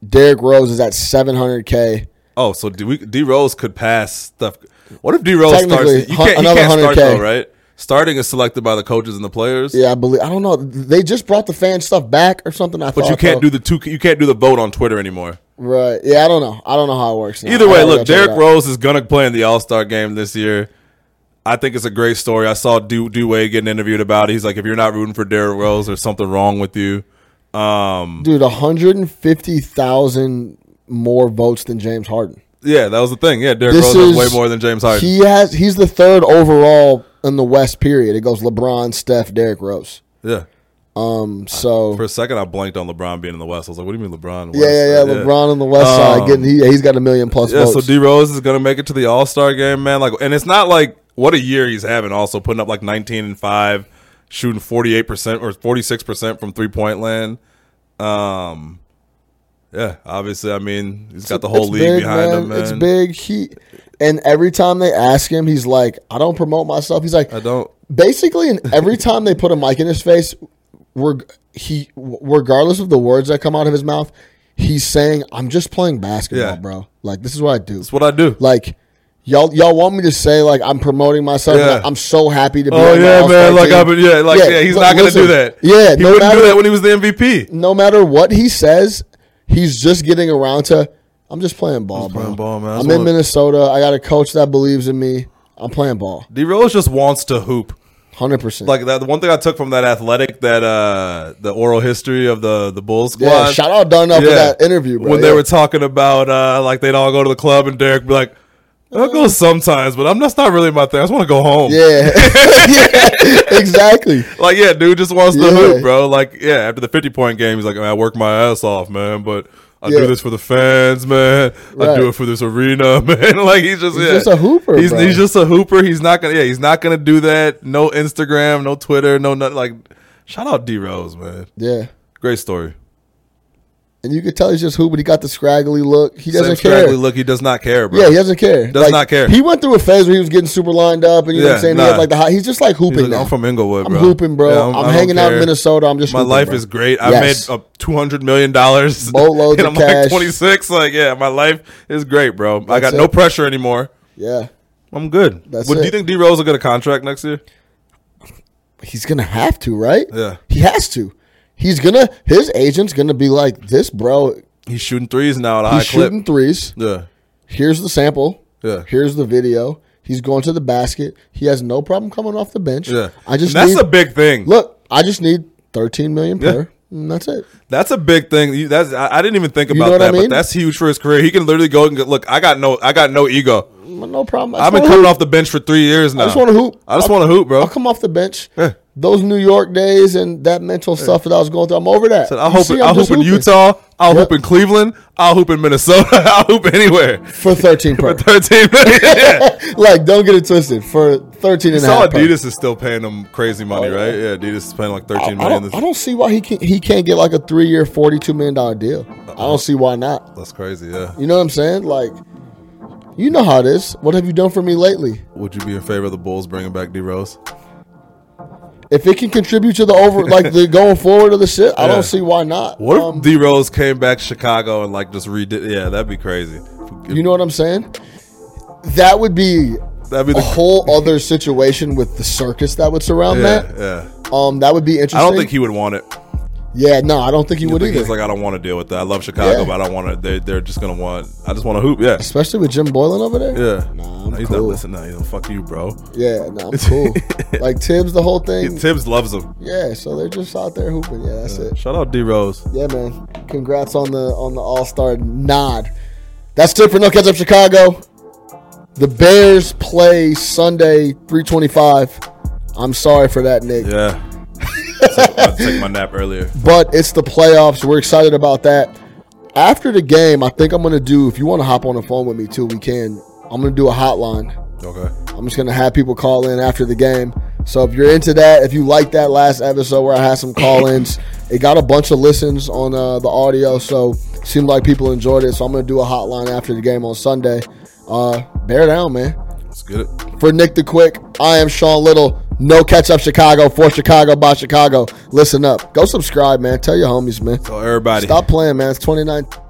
Speaker 2: Derrick Rose is at seven hundred k.
Speaker 3: Oh, so D, we, D Rose could pass stuff. What if D Rose starts?
Speaker 2: Technically,
Speaker 3: You
Speaker 2: hun-
Speaker 3: can't, he
Speaker 2: another
Speaker 3: can't start
Speaker 2: 100K.
Speaker 3: though, right? Starting is selected by the coaches and the players.
Speaker 2: Yeah, I believe. I don't know. They just brought the fan stuff back or something. I
Speaker 3: but you can't do the two. You can't do the vote on Twitter anymore.
Speaker 2: right. Yeah, I don't know. I don't know how it works. now.
Speaker 3: Either
Speaker 2: I
Speaker 3: way,
Speaker 2: gotta
Speaker 3: look,
Speaker 2: go check it
Speaker 3: Derrick
Speaker 2: out.
Speaker 3: Rose is gonna play in the All Star game this year. I think it's a great story. I saw Du Du Wade getting interviewed about it. He's like, if you're not rooting for Derrick Rose, there's something wrong with you. Um,
Speaker 2: dude, one hundred and fifty thousand more votes than James Harden.
Speaker 3: yeah, that was the thing. Yeah, Derrick
Speaker 2: This
Speaker 3: Rose is
Speaker 2: is-
Speaker 3: way more than James Harden.
Speaker 2: He has. He's the third overall in the West. Period. It goes LeBron, Steph, Derrick Rose.
Speaker 3: yeah.
Speaker 2: Um. So
Speaker 3: For a second, I blanked on LeBron being in the West. I was like, what do you mean LeBron? West?
Speaker 2: yeah, yeah, yeah. LeBron on the West
Speaker 3: Um,
Speaker 2: side getting. He, he's got a million plus
Speaker 3: Yeah,
Speaker 2: votes.
Speaker 3: so D Rose is gonna make it to the All Star game, man. Like, and it's not like what a year he's having. Also putting up like 19 and five, shooting 48 percent or 46 percent from three point land. Um, yeah, obviously, I mean, he's got the whole
Speaker 2: It's
Speaker 3: league
Speaker 2: big,
Speaker 3: behind
Speaker 2: man.
Speaker 3: him, man.
Speaker 2: It's big. He and every time they ask him, he's like, "I don't promote myself." He's like,
Speaker 3: I don't.
Speaker 2: basically, and every time they put a mic in his face, reg- he regardless of the words that come out of his mouth, he's saying, "I'm just playing basketball,
Speaker 3: Yeah.
Speaker 2: bro. Like this is what I do.
Speaker 3: It's what I do.
Speaker 2: Like." Y'all, y'all want me to say like I'm promoting myself?
Speaker 3: Yeah.
Speaker 2: Like, I'm so happy to be.
Speaker 3: Oh
Speaker 2: on the
Speaker 3: yeah,
Speaker 2: All-Star
Speaker 3: man! Like
Speaker 2: team."
Speaker 3: I've been, yeah, like yeah. he's
Speaker 2: li-
Speaker 3: not gonna
Speaker 2: listen,
Speaker 3: do that.
Speaker 2: Yeah,
Speaker 3: he
Speaker 2: no
Speaker 3: wouldn't
Speaker 2: matter
Speaker 3: do that when he was the MVP.
Speaker 2: no matter what he says, he's just getting around to I'm just playing ball, bro.
Speaker 3: playing ball, man. I
Speaker 2: I'm
Speaker 3: just
Speaker 2: in
Speaker 3: wanna-
Speaker 2: Minnesota. I got a coach that believes in me. I'm playing ball.
Speaker 3: D Rose just wants to hoop.
Speaker 2: Hundred percent.
Speaker 3: Like that. The one thing I took from that athletic, that uh, the oral history of the the Bulls squad.
Speaker 2: yeah, shout out Darnell for
Speaker 3: Yeah.
Speaker 2: that interview, bro.
Speaker 3: when they
Speaker 2: Yeah.
Speaker 3: were talking about uh, like they'd all go to the club and Derek be like, "I
Speaker 2: Uh-huh.
Speaker 3: go sometimes, but I'm that's not really my thing. I just want to go home."
Speaker 2: yeah. yeah, exactly.
Speaker 3: Like, yeah, dude just wants to
Speaker 2: Yeah.
Speaker 3: hoop, bro. Like, yeah, after the 50 point game, he's like, "Man, I work my ass off, man, but I do
Speaker 2: Yeah.
Speaker 3: this for the fans, man. I do
Speaker 2: Right.
Speaker 3: it for this arena, man. like, he's just
Speaker 2: He's
Speaker 3: yeah.
Speaker 2: just a hooper,
Speaker 3: He's,
Speaker 2: bro.
Speaker 3: he's just a hooper. He's not gonna yeah. He's not gonna do that. No Instagram, no Twitter, no nothing. Like, shout out D Rose, man.
Speaker 2: Yeah,
Speaker 3: Great story.
Speaker 2: and you could tell he's just who, but he got the scraggly look. He doesn't
Speaker 3: Same
Speaker 2: care.
Speaker 3: straggly look. He does not care, bro.
Speaker 2: Yeah, he doesn't care.
Speaker 3: Does not care.
Speaker 2: He went through a phase where he was getting super lined up, and you know what
Speaker 3: Yeah,
Speaker 2: I'm saying. He
Speaker 3: nah.
Speaker 2: had like the high, he's just like hooping
Speaker 3: He's like,
Speaker 2: now.
Speaker 3: I'm from Inglewood,
Speaker 2: I'm
Speaker 3: bro.
Speaker 2: hooping, bro.
Speaker 3: Yeah,
Speaker 2: I'm,
Speaker 3: I don't
Speaker 2: hanging out in
Speaker 3: care.
Speaker 2: Minnesota. I'm just
Speaker 3: My
Speaker 2: hooping,
Speaker 3: life
Speaker 2: bro.
Speaker 3: is great. I
Speaker 2: Yes.
Speaker 3: made up two hundred million dollars.
Speaker 2: Boatloads
Speaker 3: and
Speaker 2: of
Speaker 3: I'm like
Speaker 2: cash.
Speaker 3: twenty six. Like, yeah, my life is great, bro. I got
Speaker 2: That's
Speaker 3: no
Speaker 2: it.
Speaker 3: pressure anymore.
Speaker 2: Yeah,
Speaker 3: I'm good.
Speaker 2: That's
Speaker 3: Well, Do
Speaker 2: it.
Speaker 3: you think D Rose will get a contract next year?
Speaker 2: he's gonna have to, right?
Speaker 3: Yeah.
Speaker 2: he has to. He's gonna. His agent's gonna be like, "This bro, he's
Speaker 3: He's shooting threes now at a high clip.
Speaker 2: shooting threes.
Speaker 3: Yeah.
Speaker 2: Here's the sample.
Speaker 3: Yeah.
Speaker 2: here's the video. He's going to the basket. He has no problem coming off the bench.
Speaker 3: Yeah.
Speaker 2: I just
Speaker 3: And that's
Speaker 2: need,
Speaker 3: a big thing.
Speaker 2: look. I just need 13 million
Speaker 3: Yeah.
Speaker 2: per, and that's it.
Speaker 3: That's a big thing. You- That's I, I didn't even think
Speaker 2: know
Speaker 3: about
Speaker 2: what I
Speaker 3: that,
Speaker 2: mean?
Speaker 3: but that's huge for his career. He can literally go and go, look. I got no. I got no ego.
Speaker 2: No problem. I
Speaker 3: I've
Speaker 2: just
Speaker 3: been
Speaker 2: wanna
Speaker 3: coming
Speaker 2: hoop.
Speaker 3: off the bench for three years now.
Speaker 2: I just want to hoop.
Speaker 3: I just
Speaker 2: I'll-
Speaker 3: want to hoop, bro.
Speaker 2: I'll come off the bench.
Speaker 3: Yeah.
Speaker 2: Those New York days and that mental stuff that I was going through, I'm over that.
Speaker 3: But I'll
Speaker 2: You
Speaker 3: hoop.
Speaker 2: see, I'm
Speaker 3: I'll
Speaker 2: just
Speaker 3: hoop in
Speaker 2: hooping
Speaker 3: Utah. I'll
Speaker 2: Yep.
Speaker 3: hoop in Cleveland. I'll hoop in Minnesota. I'll hoop anywhere.
Speaker 2: for 13 per.
Speaker 3: Thirteen million. yeah.
Speaker 2: like, don't get it twisted. For 13 and a
Speaker 3: Saw
Speaker 2: half. per.
Speaker 3: Adidas is still paying them crazy money,
Speaker 2: yeah.
Speaker 3: right? Yeah, Adidas is paying like
Speaker 2: I,
Speaker 3: thirteen
Speaker 2: Oh. I
Speaker 3: million.
Speaker 2: don't, I don't see why he can't, he can't get like a three year, $42 million deal. I don't see why not.
Speaker 3: That's crazy. Yeah.
Speaker 2: You know what I'm saying? Like, you know how it is. What have you done for me lately?
Speaker 3: Would you be in favor of the Bulls bringing back D Rose?
Speaker 2: If it can contribute to the over, like the going forward of the shit, I
Speaker 3: Yeah.
Speaker 2: don't see why not.
Speaker 3: What if
Speaker 2: Um,
Speaker 3: D Rose came back to Chicago and like just redid? Yeah, that'd be crazy.
Speaker 2: you know what I'm saying? That would be
Speaker 3: that'd be
Speaker 2: a
Speaker 3: the
Speaker 2: whole other situation with the circus that would surround
Speaker 3: Yeah,
Speaker 2: that.
Speaker 3: yeah.
Speaker 2: Um, that would be interesting.
Speaker 3: I don't think he would want it.
Speaker 2: Yeah, no, I don't think he
Speaker 3: I
Speaker 2: would
Speaker 3: think
Speaker 2: either.
Speaker 3: he's like, I don't want to deal with that. I love Chicago,
Speaker 2: Yeah.
Speaker 3: but I don't want to. They, they're just gonna want. I just want to hoop. Yeah.
Speaker 2: Especially with Jim Boylan over there.
Speaker 3: Yeah.
Speaker 2: Nah, I'm
Speaker 3: he's not
Speaker 2: cool.
Speaker 3: listening. Nah, he's like, fuck you, bro.
Speaker 2: Yeah, no, I'm cool. like Tibbs, the whole thing.
Speaker 3: Tibbs loves him.
Speaker 2: Yeah, so they're just out there hooping. Yeah, that's it.
Speaker 3: Shout out D Rose.
Speaker 2: Yeah, man. Congrats on the on the All Star nod. That's it for No Catch Up Chicago. The Bears play Sunday, three twenty five. I'm sorry for that, Nick.
Speaker 3: Yeah. I had to take my nap earlier.
Speaker 2: But it's the playoffs. We're excited about that. After the game, I think I'm gonna do. If you want to hop on the phone with me too, we can. I'm gonna do a hotline.
Speaker 3: Okay.
Speaker 2: I'm just gonna have people call in after the game. So if you're into that, if you like that last episode where I had some call-ins, it got a bunch of listens on uh, the audio, so seemed like people enjoyed it. So I'm gonna do a hotline after the game on Sunday. Uh, bear down, man.
Speaker 3: Let's get it.
Speaker 2: For Nick the Quick, I am Sean Little. No catch up Chicago for Chicago by Chicago. Listen up. Go subscribe, man. Tell your homies, man.
Speaker 3: So everybody.
Speaker 2: Stop playing, man. It's 29-